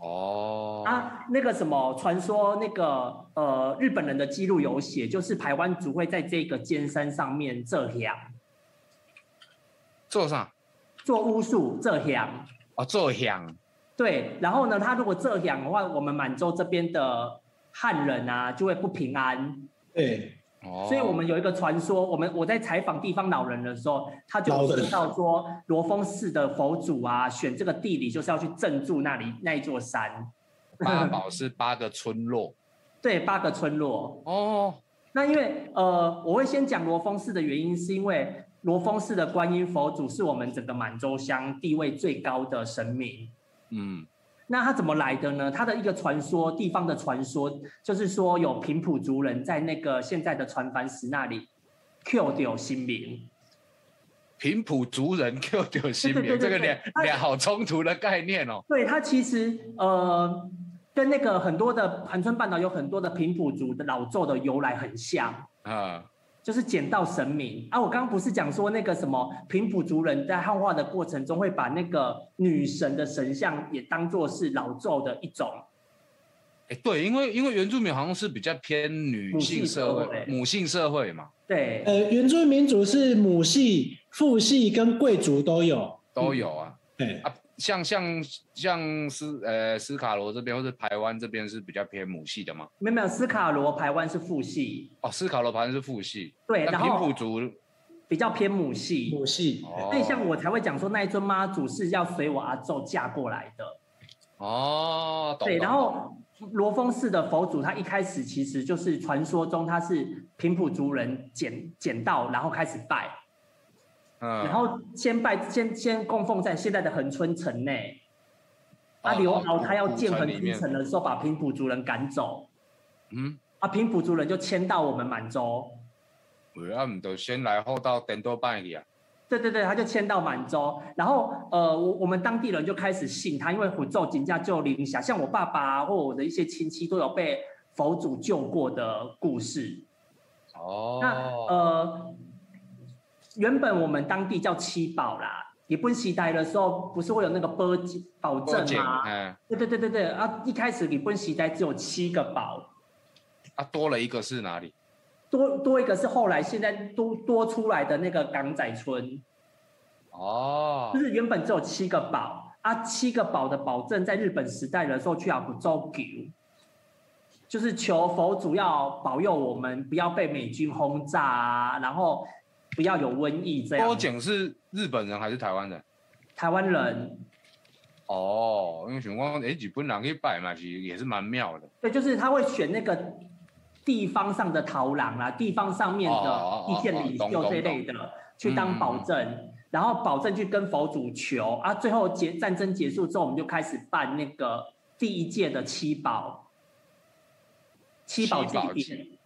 哦，
啊，那个什么传说那个呃日本人的记录有写，就是台湾族会在这个尖山上面这样
做啥？
做巫术这样。
哦，做香
对，然后呢，他如果这样的话，我们满洲这边的汉人啊就会不平安，
对，
哦，
所 以我们有一个传说，我们我在采访地方老人的时候，他就
老人
知道说罗峰寺的佛祖啊，选这个地理就是要去镇住那里那一座山，
八宝是八个村落
对，八个村落。
哦，
那因为呃，我会先讲罗峰寺的原因，是因为罗峰寺的观音佛祖是我们整个满洲乡地位最高的神明，
嗯，
那它怎么来的呢？它的一个传说，地方的传说，就是说有平埔族人在那个现在的船帆石那里 Q 掉新民。
平埔族人 Q 九新
对对
民，
对
这
对
个
对
两
哎
两好冲突的概念哦，
对，它其实呃，跟那个很多的盘村半岛有很多的平埔族的老咒的由来很像，
啊，
就是捡到神明啊。我刚刚不是讲说那个什么平埔族人在汉化的过程中会把那个女神的神像也当做是老咒的一种。
哎，对，因为因为原住民好像是比较偏女性社
母系社
会，
会
母性社会嘛，
对，
呃，原住民族是母系、父系跟贵族都有，哎
都有
嗯
啊，
对，
啊，像像像斯呃斯卡罗这边或者台湾这边是比较偏母系的嘛，
没有没有，斯卡罗排湾是父系，
哦，斯卡罗好像是父系，
对，
那
然
平
后
埔族
比较偏母系，
母系，
哦
所以像我才会讲说那一尊妈祖是要随我阿昼嫁过来的。
哦，懂
对，
懂
然
懂
后罗峰寺的佛祖他一开始其实就是传说中他是平埔族人捡捡到，然后开始拜，
嗯，
然后先拜先先供奉在现在的恒春城内。啊，
哦
刘
哦
敖他要
古
建
城
恒
里
春
面
城的时候，把平埔族人赶走，
嗯。
啊，平埔族人就迁到我们满洲。
喂，啊，唔就先来后到等多拜去啊。
对对对，他就迁到满洲，然后呃，我我们当地人就开始信他，因为虎咒金家就灵霞，像我爸爸啊、或我的一些亲戚都有被佛祖救过的故事。那
哦，
呃，原本我们当地叫七宝啦，日本时代的时候不是会有那个保保
报
证
警，
吗？
哎，
对对对对对，啊，一开始日本时代只有七个宝，
啊，多了一个是哪里？
多多一个是后来现在多多出来的那个港仔村。
哦
就，是原本只有七个宝啊，七个宝的保证在日本时代的时候去啊不周求，就是求佛祖要保佑我们不要被美军轰炸啊，然后不要有瘟疫这
报
样。
警是日本人还是台湾人？
台湾人
哦，因为想讲，诶，日本人去拜嘛，是也是蛮妙的。
对，就是他会选那个地方上的逃郎啦，地方上面的
哦哦哦
意见领
懂懂嗯
袖这一类的去当保证。然后保证去跟佛祖求啊，最后结战争结束之后，我们就开始办那个第一届的七宝七宝祭
七宝
典
祭。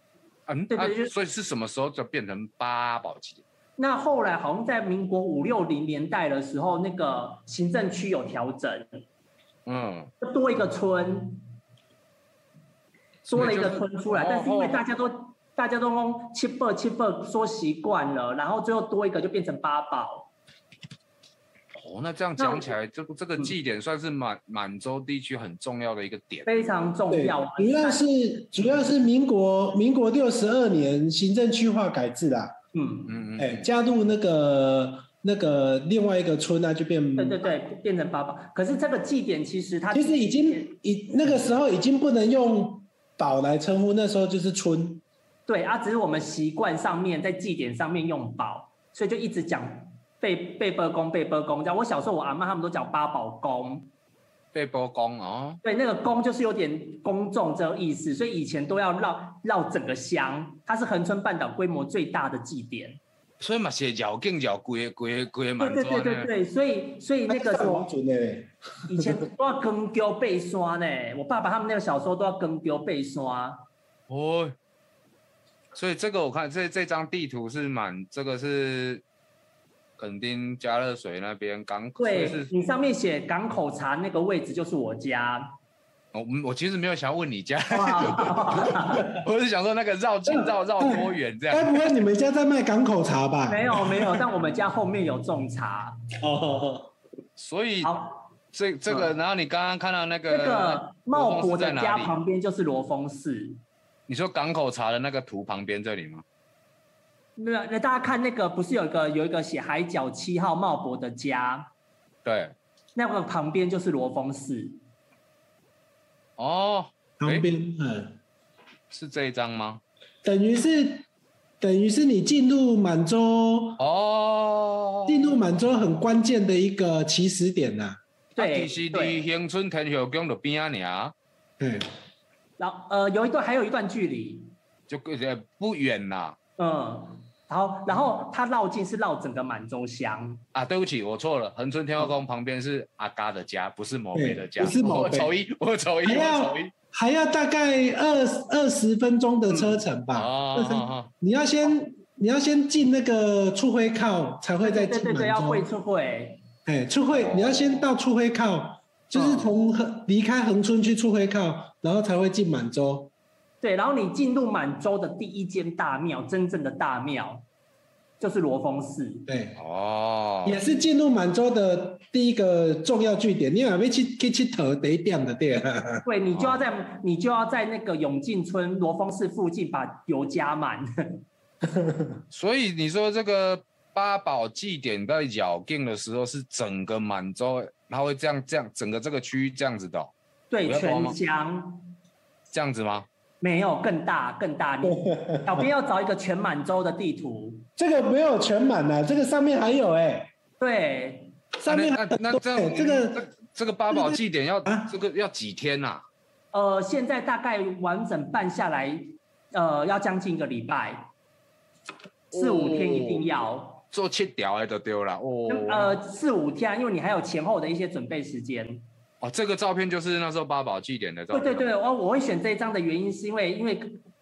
嗯，
对对
啊
就是
所以是什么时候就变成八宝祭？
那后来好像在民国五六零年代的时候，那个行政区有调整，
嗯，
多一个村，多了一个村出来，
所以就是
但是因为
哦哦
大家都大家都用七八七八说习惯了，然后最后多一个就变成八宝。
哦，那这样讲起来，这个
嗯
这个祭典算是满满洲地区很重要的一个点。
非常重
对
要。，啊
主要是主要是民国民国六十二年行政区划改制啦，
嗯，
嗯嗯
哎，
嗯，
加入那个那个另外一个村啊那就变
对对对，变成八宝。可是这个祭典其实它
其实已经已那个时候已经不能用堡来称呼，那时候就是村。
对啊，只是我们习惯上面在祭典上面用宝，所以就一直讲被被波公被波公。这样我小时候我阿妈他们都讲八宝公，
被波公哦，
对，那个公就是有点公众这个意思，所以以前都要绕绕整个乡，它是恒春半岛规模最大的祭典。
所以嘛是绕境绕规规规蛮
对对
多
对对
呢。
对，所以所以那个什么
王，准的，
以前都要更丢背刷呢，我爸爸他们那个小时候都要更丢背刷。
哦，所以这个我看这这张地图是蛮，这个是垦丁加热水那边港口，
对
所以是
你上面写港口茶那个位置就是我家，
我们哦嗯我其实没有想要问你家，
哇 嗯
我是想说那个绕近绕绕多远这
该
样。
不会你们家在卖港口茶吧？
没有没有，但我们家后面有种茶。
哦，
所以
好，
这这个，然后你刚刚看到那
嗯这
个
个
罗
茂
峰是
博
在
的
哪
家
里？
旁边就是罗峰寺。
你说港口茶的那个图旁边这里吗？
没有，那大家看那个，不是有一个有一个写海角七号茂博的家，
对，
那个旁边就是罗峰寺。
哦，
旁边嗯，
是这一张吗？
等于是等于是你进入满洲，
哦，
进入满洲很关键的一个起始点呐。
对
啊其实离
对，
恒春天后宫的边啊尔，
嗯，
然后呃，有一段还有一段距离，
就呃不远啦。
嗯，然后然后它绕境是绕整个满洲乡，
啊，对不起，我错了。恒春天后宫旁边是阿嘎的家，不是某贝的家。
对不是某
我
贝
丑一，我丑
哎
一，
还
我
要
丑一。
还要大概二二十分钟的车程
哎
吧。
哦哦
20
哦，
你要先你要先进那个触灰靠，才会再
对
进
对
满
对对，要
洲
会。出会，
哎，触
哦
会，你要先到触灰靠，就是从横离开恒春去触灰靠，然后才会进满洲。
对，然后你进入满洲的第一间大庙，真正的大庙就是罗峰寺，
对，
哦，
也是进入满洲的第一个重要据点。你哪边去去去头得点的店？
对你就要
哦
在你就要在那个永靖村罗峰寺附近把油加满，
所以你说这个八宝祭典在咬定的时候，是整个满洲，它会这样这样，整个这个区域这样子的哦、
对
我要帮
全
忙
乡。
这样子吗？
没有更大更大， 你小编要找一个全满洲的地图。
这个没有全满呐、啊，这个上面还有哎、
对，
上面
那
还
啊那那
有
这样
哎，这个
这这个八宝祭典要
啊
这个要几天呐、啊？
呃，现在大概完整办下来，呃，要将近一个礼拜，四五天一定要，
做七条的就丢了哦。
呃，四五天，因为你还有前后的一些准备时间。
哦，这个照片就是那时候八宝祭典的照
对
片。
对对，我我会选这一张的原因是因为因为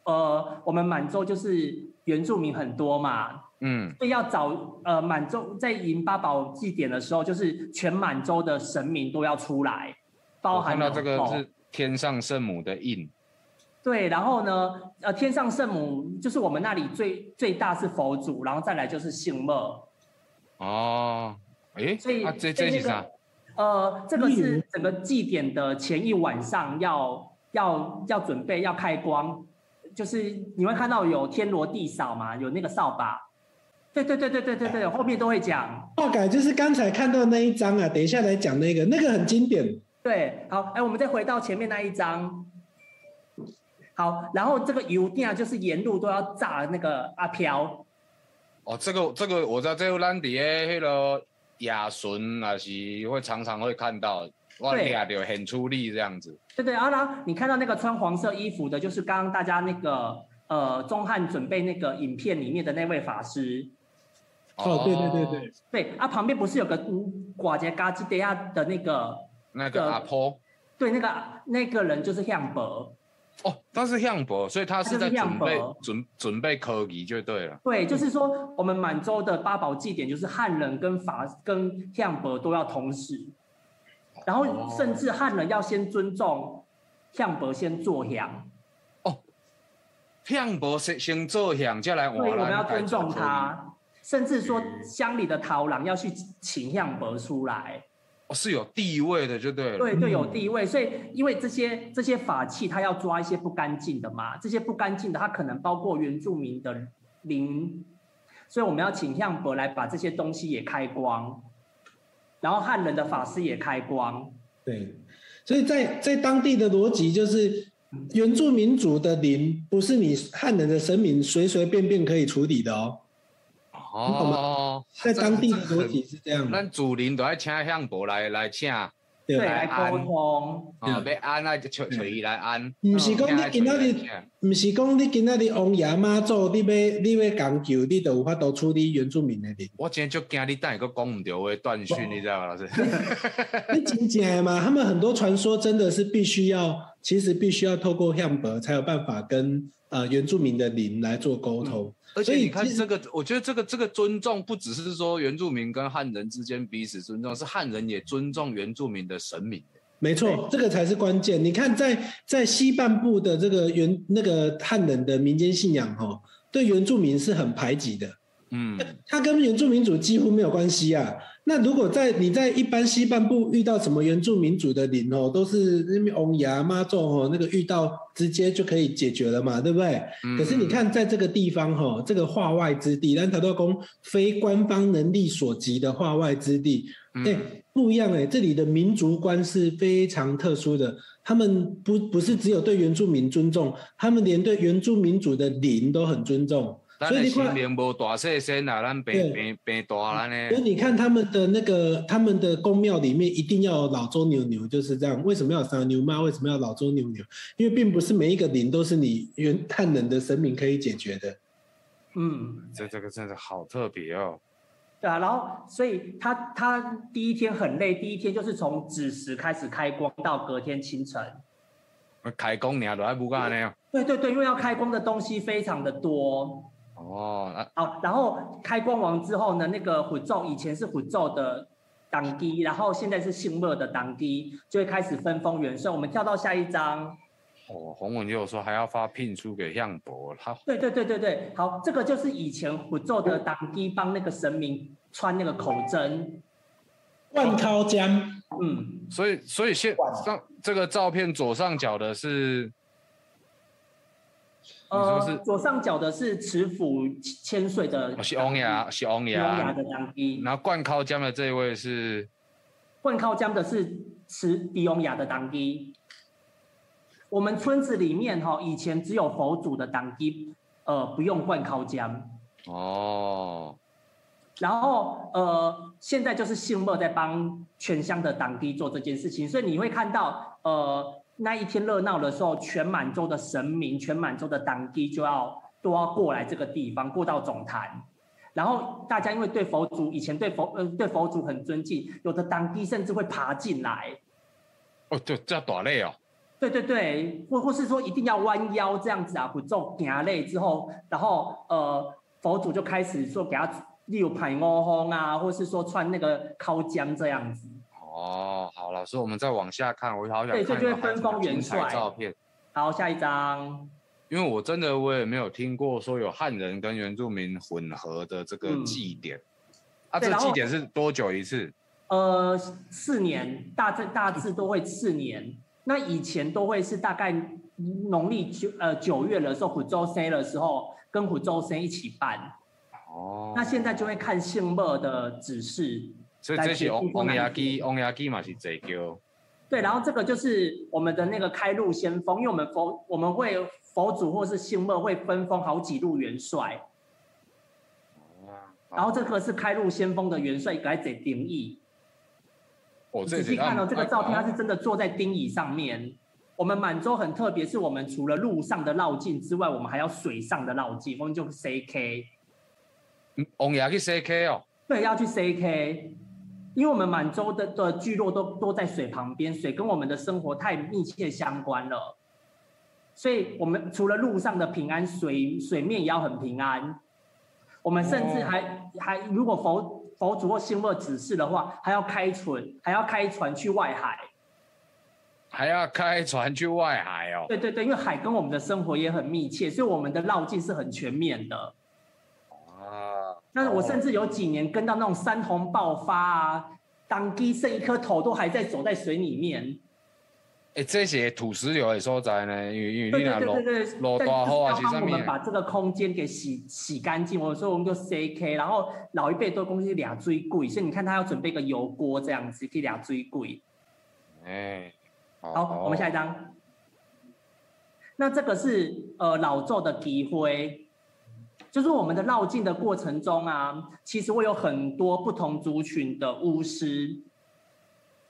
呃，我们满洲就是原住民很多嘛，
嗯，
所以要找呃满洲在迎八宝祭典的时候，就是全满洲的神明都要出来，包
我
含
看
哦
到这个
老头
是天上圣母的印，
对，然后呢，呃，天上圣母就是我们那里最最大是佛祖，然后再来就是姓莫。
哦，诶，
所以
啊，这
所
这
以
是
那个
啥？
呃，这个
例
是
如
整个祭典的前一晚上要要要准备要开光，就是你会看到有天罗地扫嘛，有那个扫把。对对对对对对对，后面都会讲。
画改就是刚才看到那一张啊，等一下来讲那个，那个很经典。
对，好，哎，我们再回到前面那一张。好，然后这个油店啊，就是沿路都要炸那个阿飘，
哦，这个这个我知道，这个咱底诶迄个亚巡也是会常常会看到，哇，
对
俩就很出力这样子。
对对，啊，然后你看到那个穿黄色衣服的，就是刚刚大家那个呃钟汉准备那个影片里面的那位法师。
哦，对对对对，
对啊，旁边不是有个嗯寡杰嘎吉德亚的那个？
那个阿婆
对，那个那个人就是向伯，
哦，他是向伯，所以他是在准
他就是
备
向伯
准准备科仪就对了。
对，就是说我们满洲的八宝祭典就是汉人跟法跟向伯都要同时，然后甚至汉人要先尊重向伯先做香，
向伯先先做向，再来
所以
我
我们要尊重
他。
他，甚至说
嗯
乡里的桃郎要去请向伯出来。
哦，是有地位的就对了。
对对，有地位，所以因为这些这些法器，它要抓一些不干净的嘛，这些不干净的，它可能包括原住民的灵，所以我们要请向伯来把这些东西也开光，然后汉人的法师也开光，
对，所以在在当地的逻辑就是，原住民族的灵不是你汉人的神明随随便便可以处理的哦，
哦，
在当地的
这这
逻
很
辑是这样的。
咱主林都要请向伯来来请
对
对，
吧？
来沟通，
啊，要安啊，就找找伊来安。
毋嗯是讲你今仔日，毋是讲你今仔日王爷妈祖，你要你要讲究，你就有法度处理原住民的人。
我今天就惊你，但一个讲唔对话断讯，你知道吗，老师？
那真正嘛，他们很多传说真的是必须要，其实必须要透过汉伯才有办法跟呃原住民的灵来做沟通。
而且
所以
你看
其实
这个，我觉得这个这个尊重不只是说原住民跟汉人之间彼此尊重，是汉人也尊重原住民的神明。
没错，这个才是关键。你看在，在西半部的这个原那个汉人的民间信仰哦，对原住民是很排挤的，
嗯，
它跟原住民族几乎没有关系啊。那如果在你在一般西半部遇到什么原住民族的灵哦，都是那边翁牙妈咒哦，那个遇到直接就可以解决了嘛，对不对？
嗯
可是你，看，在这个地方哈、这个化外之地，但他都公非官方能力所及的化外之地，
嗯
哎、不一样哎、这里的民族观是非常特殊的，他们不不是只有对原住民尊重，他们连对原住民族的灵都很尊重，
咱
所以
的
你
心
看。
灵无大细身啊，咱
对
变变变大咱
哎
所以
呢。
你看他们的那个他们的宫庙里面一定要有老周牛牛，就是这样。为什么要有三牛妈？为什么要有老周牛牛？因为并不是每一个灵都是你原汉人的神明可以解决的。
嗯，
这这个真的好特别哦。
对啊，然后所以他他第一天很累，第一天就是从子时开始开光到隔天清晨。
开工你还都还不干呢？
对对对，因为要开光的东西非常的多。
哦，啊
好，然后开光完之后呢，那个虎咒以前是虎咒的当机，然后现在是信乐的当机，就会开始分封元帅。我们跳到下一章。
哦，洪文又说还要发聘书给向伯，他
对对对对对，好，这个就是以前虎咒的当机帮那个神明穿那个口针。
万涛江。
嗯，
所以所以现上这个照片左上角的是，你说
呃
是，
左上角的是持斧千岁的
哦是翁牙，是翁
龙牙
牙，
的当机，
然后冠靠江的这一位是
灌靠江的是持迪翁牙的当机。我们村子里面哈、以前只有佛祖的当机，呃，不用灌靠江。
哦，
然后呃，现在就是信乐在帮全乡的党地做这件事情，所以你会看到呃那一天热闹的时候，全满洲的神明、全满洲的党地就要都要过来这个地方，过到总坛。然后大家因为对佛祖以前对佛呃对佛祖很尊敬，有的党地甚至会爬进来，
哦，就叫打类哦，
对对对，或或是说一定要弯腰这样子啊，不重行累之后，然后呃，佛祖就开始说给他六排欧风啊，或是说穿那个靠江这样子。
哦，好，老师，我们再往下看，我好想
对
看
这就
到
会
还有
分
什么
封
精
元
彩
帅
照片，
好，下一张，
因为我真的我也没有听过说有汉人跟原住民混合的这个
嗯
祭典，啊，
对
这
然后
祭典是多久一次？
呃，四年大致大致都会四年，那以前都会是大概农历九呃九月的时候，虎州生的时候跟虎州生一起办，
哦，
那现在就会看信乐的指示，
所以这是
来决定
王
哪一
牙
天
基，王牙基嘛是这个，
对，然后这个就是我们的那个开路先锋，因为我们佛我们会佛祖或是信乐会分封好几路元帅，
哦
然后这个是开路先锋的元帅来者定义。
哦，
你
这
仔细
是啊按
看哦，这个照片
按
它是真的坐在钉椅上面。我们满洲很特别，是我们除了路上的绕境之外，我们还要水上的绕境，我们就 CK，
嗯王牙基 CK 哦，
对，要去 CK，因为我们满洲的的聚落都都在水旁边，水跟我们的生活太密切相关了，所以我们除了路上的平安，水水面也要很平安。我们甚至还、还如果佛佛祖或星乐指示的话，还要开船，还要开船去外海。
还要开船去外海哦，
对对对，因为海跟我们的生活也很密切，所以我们的绕境是很全面的。
啊，
那我甚
至
至有几年跟到那种山洪爆发啊，当地剩一颗头都还在走在水里面。
哎，这些土石流的所在呢，因为因为
对
你
对
那
对
落
对对，
落
但
大雨啊
就是
是啥
要帮我
物
们
的，
把这个空间给洗洗干净，我所以我们就 CK，然后老一辈都公司俩追柜，所以你看他要准备一个油锅这样子，可以俩追柜。
哎，
好，我们下一张。那这个是呃老咒的笛灰，就是我们的绕境的过程中啊，其实会有很多不同族群的巫师，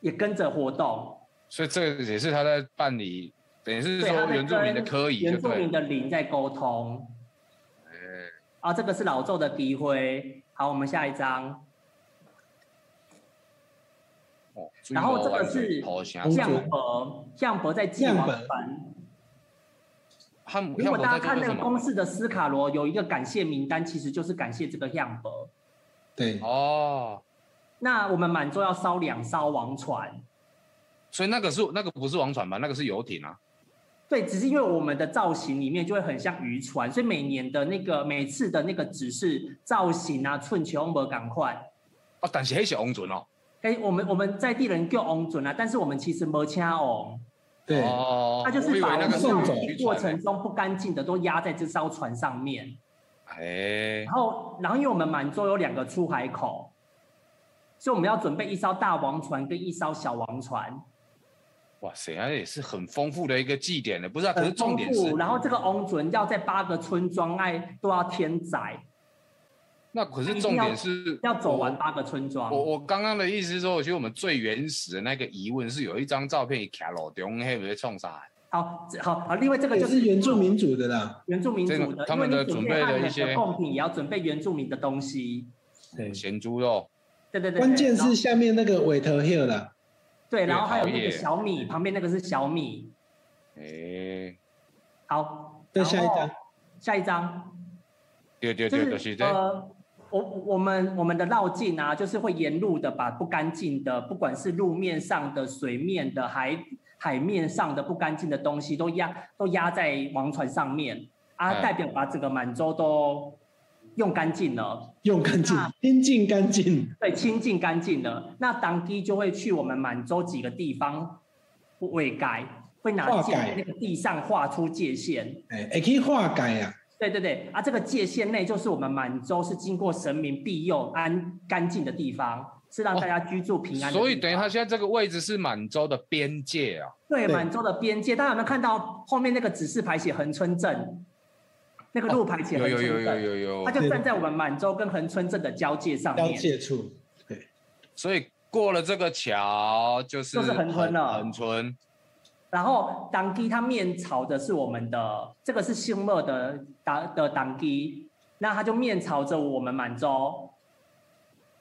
也跟着活动，
所以这个也是他在办理，等于是
对他
说
在
原住民的
跟
科仪，就
原住
对
民
了。
的灵在沟通。
哎
啊，这个是老纣的诋毁。好，我们下一张，
哦
然后这个是
头像
公主
项伯，项伯在祭
项
王
伯
坟。
汉姆
如
汉
果
姆
大
在
家
做
看那
什
个公
么？
式的斯卡罗有一个感谢名单，其实就是感谢这个样本。
对，
哦，
那我们满洲要烧两艘王船，
所以那个是那个不是王船吧？那个是游艇啊。
对，只是因为我们的造型里面就会很像渔船，所以每年的那个每次的那个指示造型啊，寸球我们赶快。
哦，但是那是王船哦。
哎，我们我们在地人叫翁准啊，但是我们其实没掐翁，
对，
哦，
他就
我
是
以为
把
那个
我们
是
送走
造
渔船
型过程中不干净的都压在这艘船上面。
哎，
然后，然后因为我们满洲有两个出海口，所以我们要准备一艘大王船跟一艘小王船，
哇塞，那也是很丰富的一个祭典的，不是啊？可是
很
重
丰
点是
呃富。，然后这个翁准要在八个村庄内都要添载，
那可是重点是
要走完
我。
八个村庄。
我我刚刚的意思是说，我觉得我们最原始的那个疑问是有一张照片，一卡路中黑不会冲啥？
好，这好好，另外这个
也
就是
原住民族的啦，
原住民
这个
族的，
他
因为
们
你
的
准
准
备
备
汉
的一
人
些
贡品，也要准备原住民的东西。
对，
咸猪肉，
对对对，对
关键
然后
是下面那个尾头 hill 啦，
对，然后还有那
越
个
陶冶
小米，旁边那个是小米。
哎，
好，
再下一
然
张
后，下一张。
对对
就
对，
是
就是这
呃，我我们我们的绕境啊，就是会沿路的把不干净的，不管是路面上的、水面的、海海面上的不干净的东西，都压都压在王船上面啊，
嗯
代表把整个满洲都用干净了，
用干净
那，
干净干净，
对，清净干净了。那当地就会去我们满洲几个地方未改，会拿
化
剑
改
在那个地上画出界限。
哎，也可以化改啊，
对对对，啊，这个界限内就是我们满洲是经过神明庇佑、安干净的地方，是让大家居住平安的地
哦
方、
所以等于他现在这个位置是满洲的边界啊。
对
对
满洲的边界，大家有没有看到后面那个指示牌写恒春镇，那个路牌写
有
恒
有
春
哦有有
镇，
有有
他，就站在我们满洲跟恒春镇的交界上
交
面。
界处，
所以过了这个桥就是
就是恒春啊了
恒春
然后党基他面朝的是我们的，这个是新乐的党的党基，那他就面朝着我们满洲，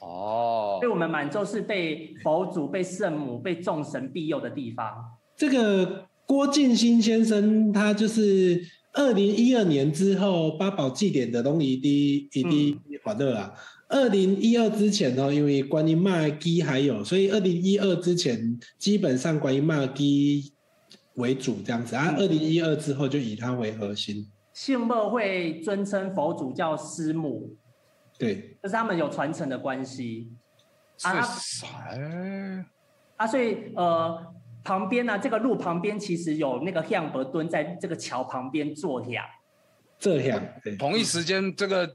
哦
所以，我们满洲是被佛祖、被圣母、被众神庇佑的地方。
这个郭敬新先生，他就是二零一二年之后八宝祭典的东移的移的反热啦。二零一二之前哦，因为关于麦基还有，所以二零一二之前基本上关于麦基为主这样子啊。二零一二之后就以他为核心，
信乐会尊称佛祖叫师母，
对，
就是他们有传承的关系
是
啊
哎
啊，所以呃，旁边呢、这个路旁边其实有那个向伯蹲在这个桥旁边坐下，
这样对
同一时间这个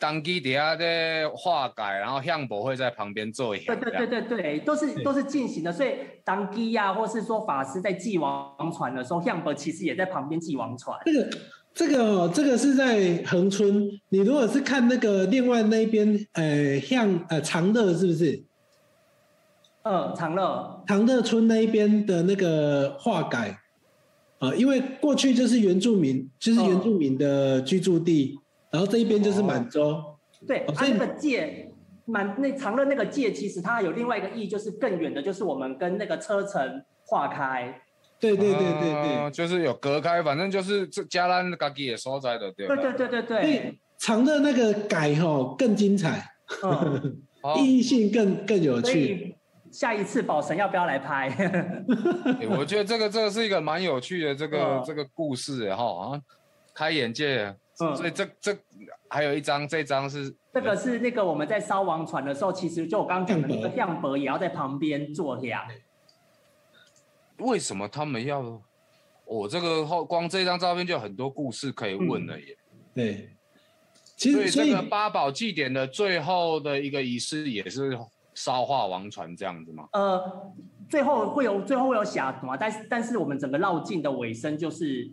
当机底下在化改，然后向博会在旁边做一下
对对对对对，都是
对
都是进行的，所以当基呀、或是说法师在祭王船的时候，向伯其实也在旁边祭王船，
这个这个哦，这个是在恒春。你如果是看那个另外那边，呃，像呃长乐是不是？
嗯，长乐，
长乐村那一边的那个化改，啊，因为过去就是原住民，就是原住民的居住地，然后这一边就是满洲，
对，
哦
它、
所以
那个界。满那长乐那个界，其实它有另外一个意义，就是更远的，就是我们跟那个车程划开，
对对对对对，
哦就是有隔开，反正就是这加兰嘎吉也收在的，对吧
对对对对
所
对
以，长乐那个改吼、更精彩，
嗯。
哦
意义性更更有
所
趣，
以下一次宝神要不要 来拍？
欸我觉得这个这个是一个蛮有趣的这个
嗯
这个故事欸哈，好像开眼界。
嗯
所以这这还有一张，这张是
这个是那个我们在烧王船的时候，其实就我刚刚讲的那个
嗯
亮伯也要在旁边坐下。
为什么他们要？我、这个后光这张照片就有很多故事可以问
嗯
了耶。
对。其
所
实，
以
所
这
以
个八宝祭典的最后的一个仪式也是烧化王船这样子嘛。
呃，最后会有最后会有下嘛，但是但是我们整个绕境的尾声就是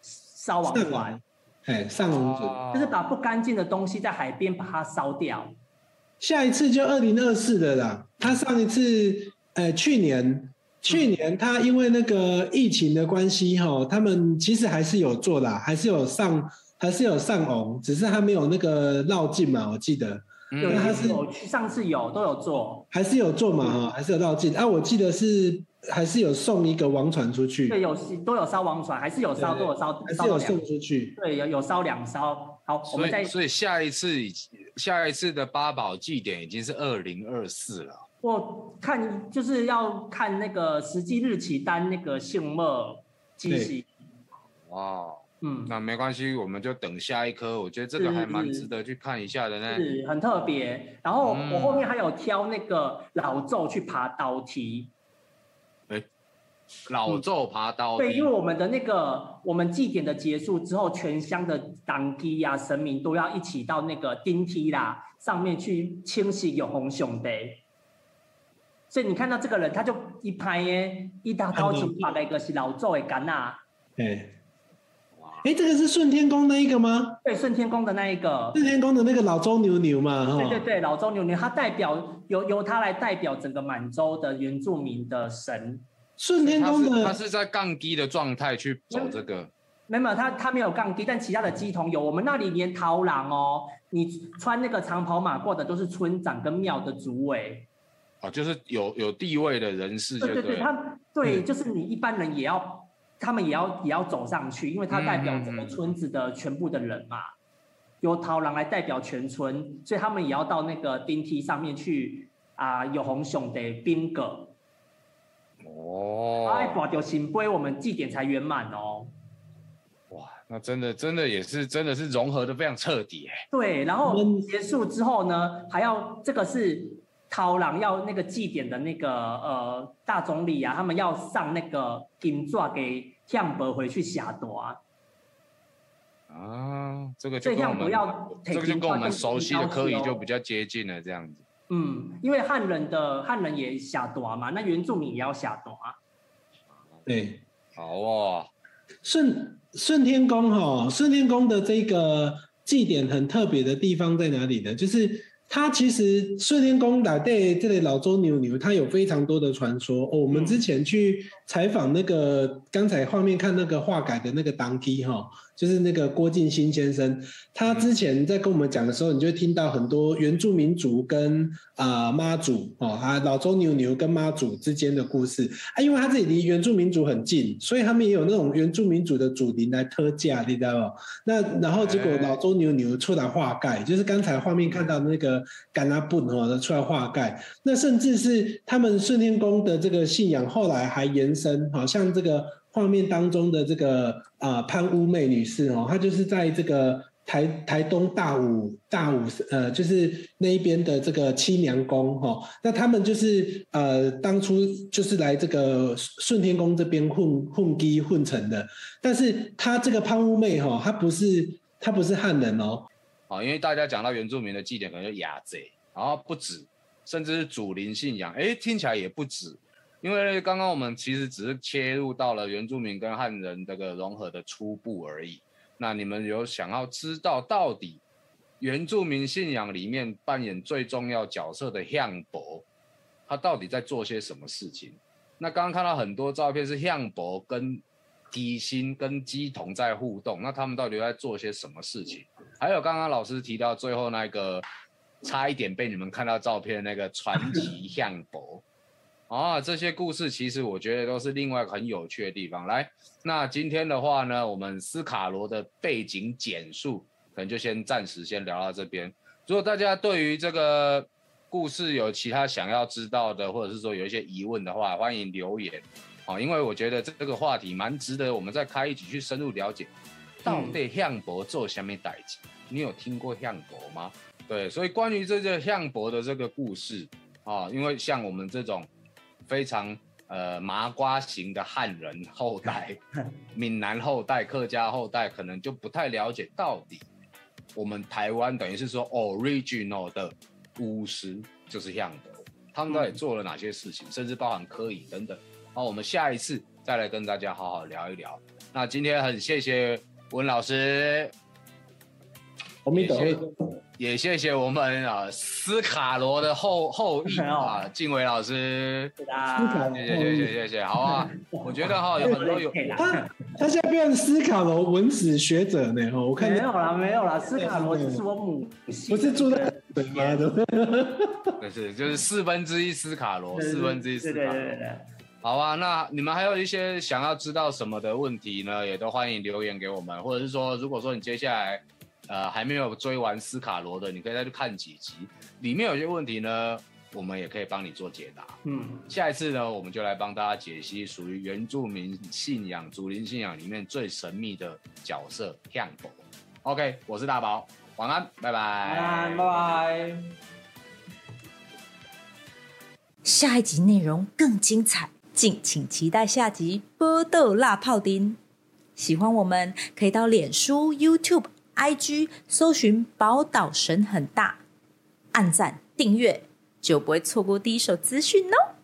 烧王
上
船
网，，哎，上龙族，
啊
就是把不干净的东西在海边把它烧掉。
下一次就二零二四的啦。他上一次呃，去年去年他因为那个疫情的关系哈、他们其实还是有做啦，还是有上还是有上红，只是他没有那个绕境嘛，我记得
嗯
有
那他是
有去上次有都有做，
还是有做嘛
嗯
哈、还是有绕境啊，我记得是还是有送一个王船出去，
对，有都有烧王船，还是有烧，
嗯对
都有烧，
还
烧
是有
两
送出去，
对，有有烧两烧。好，我
所
们再
以所以下一次已下一次的八宝祭典已经是二零二四了。
我看就是要看那个实际日期单那个信末基息，
哇，
嗯，
那没关系，我们就等下一颗。我觉得这个
是
还蛮
是
值得去看一下的呢。
是很特别。然后
嗯
我后面还有挑那个老咒去爬刀梯，
老咒爬刀
嗯对，
梯
因为我们的那个我们祭典的结束之后，全乡的党基啊、神明都要一起到那个丁梯啦上面去清洗有红熊的。所以你看到这个人，他就一拍耶，一大刀就把那个是老咒的啊干呐，
哎
哇
哎，这个是顺天宫那一个吗？
对，顺天宫的那一个，
顺天宫的那个老周牛牛嘛哈，
对对对，老周牛牛，他代表由由他来代表整个满洲的原住民的神。
顺天
他
宫
是他
的
是在杠低的状态去走这个，
没有，没有他他没有杠低，但其他的鸡童有。我们那里连桃郎哦，你穿那个长袍马褂的都是村长跟庙的主委。
哦，就是有有地位的人士就
对对对，
了。
他对，
嗯
就是你一般人也要，他们也要也要走上去，因为他代表整个村子的全部的人嘛。由桃郎来代表全村，所以他们也要到那个钉梯上面去啊、有红熊的宾格。哎，
哦，
挂掉行杯，我们祭典才圆满哦。
哇，那真的真的也是真的是融合的非常彻底哎。
对，然
我
后
们
结束之后呢，还要这个是涛郎要那个祭典的那个呃大总理啊，他们要上那个金爪给向伯回去下夺啊，
啊，这个
所
就
以
跟我
向伯
们
要
这个就跟我们熟悉的科仪就比
较
较接近了，这样子。
嗯，因为汉人的汉人也下夺嘛，那原住民也要下夺啊，
对。
好哦，
顺顺天宫哈、顺天宫的这个祭典很特别的地方在哪里呢？就是它其实顺天宫打对这类老周牛牛，它有非常多的传说。哦，我们之前去采访那个刚才画面看那个画改的那个当机哈，就是那个郭敬新先生，他之前在跟我们讲的时候，你就会听到很多原住民族跟啊妈祖哦啊老周牛牛跟妈祖之间的故事啊，因为他这里离原住民族很近，所以他们也有那种原住民族的祖灵来特价，你知道吗？那然后结果
哎
老周牛牛出来化盖，就是刚才画面看到那个甘拉布哦出来化盖，那甚至是他们顺天宫的这个信仰后来还延伸，好像这个画面当中的这个啊、呃潘乌妹女士哦，她就是在这个台台东大武大武呃，就是那一边的这个七娘宫哈、哦，那他们就是呃当初就是来这个顺天宫这边混混基混成的，但是她这个潘乌妹哈、哦，她不是她不是汉人哦，
好，因为大家讲到原住民的祭典，可能就雅贼，然后不止，甚至是祖灵信仰，哎，听起来也不止。因为刚刚我们其实只是切入到了原住民跟汉人这个融合的初步而已。那你们有想要知道到底原住民信仰里面扮演最重要角色的向伯，他到底在做些什么事情？那刚刚看到很多照片是向伯跟低薪跟鸡童在互动，那他们到底在做些什么事情？还有刚刚老师提到最后那个，差一点被你们看到照片的那个传奇相 伯。啊，这些故事其实我觉得都是另外一个很有趣的地方。来，那今天的话呢，我们斯卡罗的背景简述可能就先暂时先聊到这边。如果大家对于这个故事有其他想要知道的，或者是说有一些疑问的话，欢迎留言哦，因为我觉得这个话题蛮值得我们再开一集去深入了解，到底向伯做什么代志？你有听过向伯吗？对，所以关于这个向伯的这个故事啊、因为像我们这种非常呃麻瓜型的汉人后代、闽南后代、客家后代，可能就不太了解到底我们台湾等于是说 original 的巫师就是向伯，哦他们到
嗯
底做了哪些事情，甚至包含科仪等等。好，我们下一次再来跟大家好好聊一聊。那今天很谢谢文老师，
我们
也
等
谢
会
谢也谢谢我们啊斯卡罗的 后后裔
很好
啊，静伟老 师，
对
斯卡
啦，
罗
谢谢谢谢谢谢，好啊，我觉得哈有很多有
对啦
他他现在变成斯卡罗文史学者呢，哦，我看
没
见
有啦，没有啦，斯卡罗就是我母系，
不是住在对吗？怎么
不是就是四分之一斯卡罗，四分之一斯
对对
卡
对
罗
对。对，
好啊，那你们还有一些想要知道什么的问题呢，也都欢迎留言给我们，或者是说，如果说你接下来呃还没有追完斯卡罗的，你可以再去看几集，里面有些问题呢，我们也可以帮你做解答。
嗯，
下一次呢，我们就来帮大家解析属于原住民信仰、竹林信仰里面最神秘的角色——汉狗。OK，我是大宝，晚安，拜
哎
拜，
拜拜。
下一集内容更精彩，敬请期待下集《波豆辣泡丁》。喜欢我们可以到脸书、YouTube、IG 搜寻“宝岛神很大”，按赞订阅，就不会错过第一手资讯哦。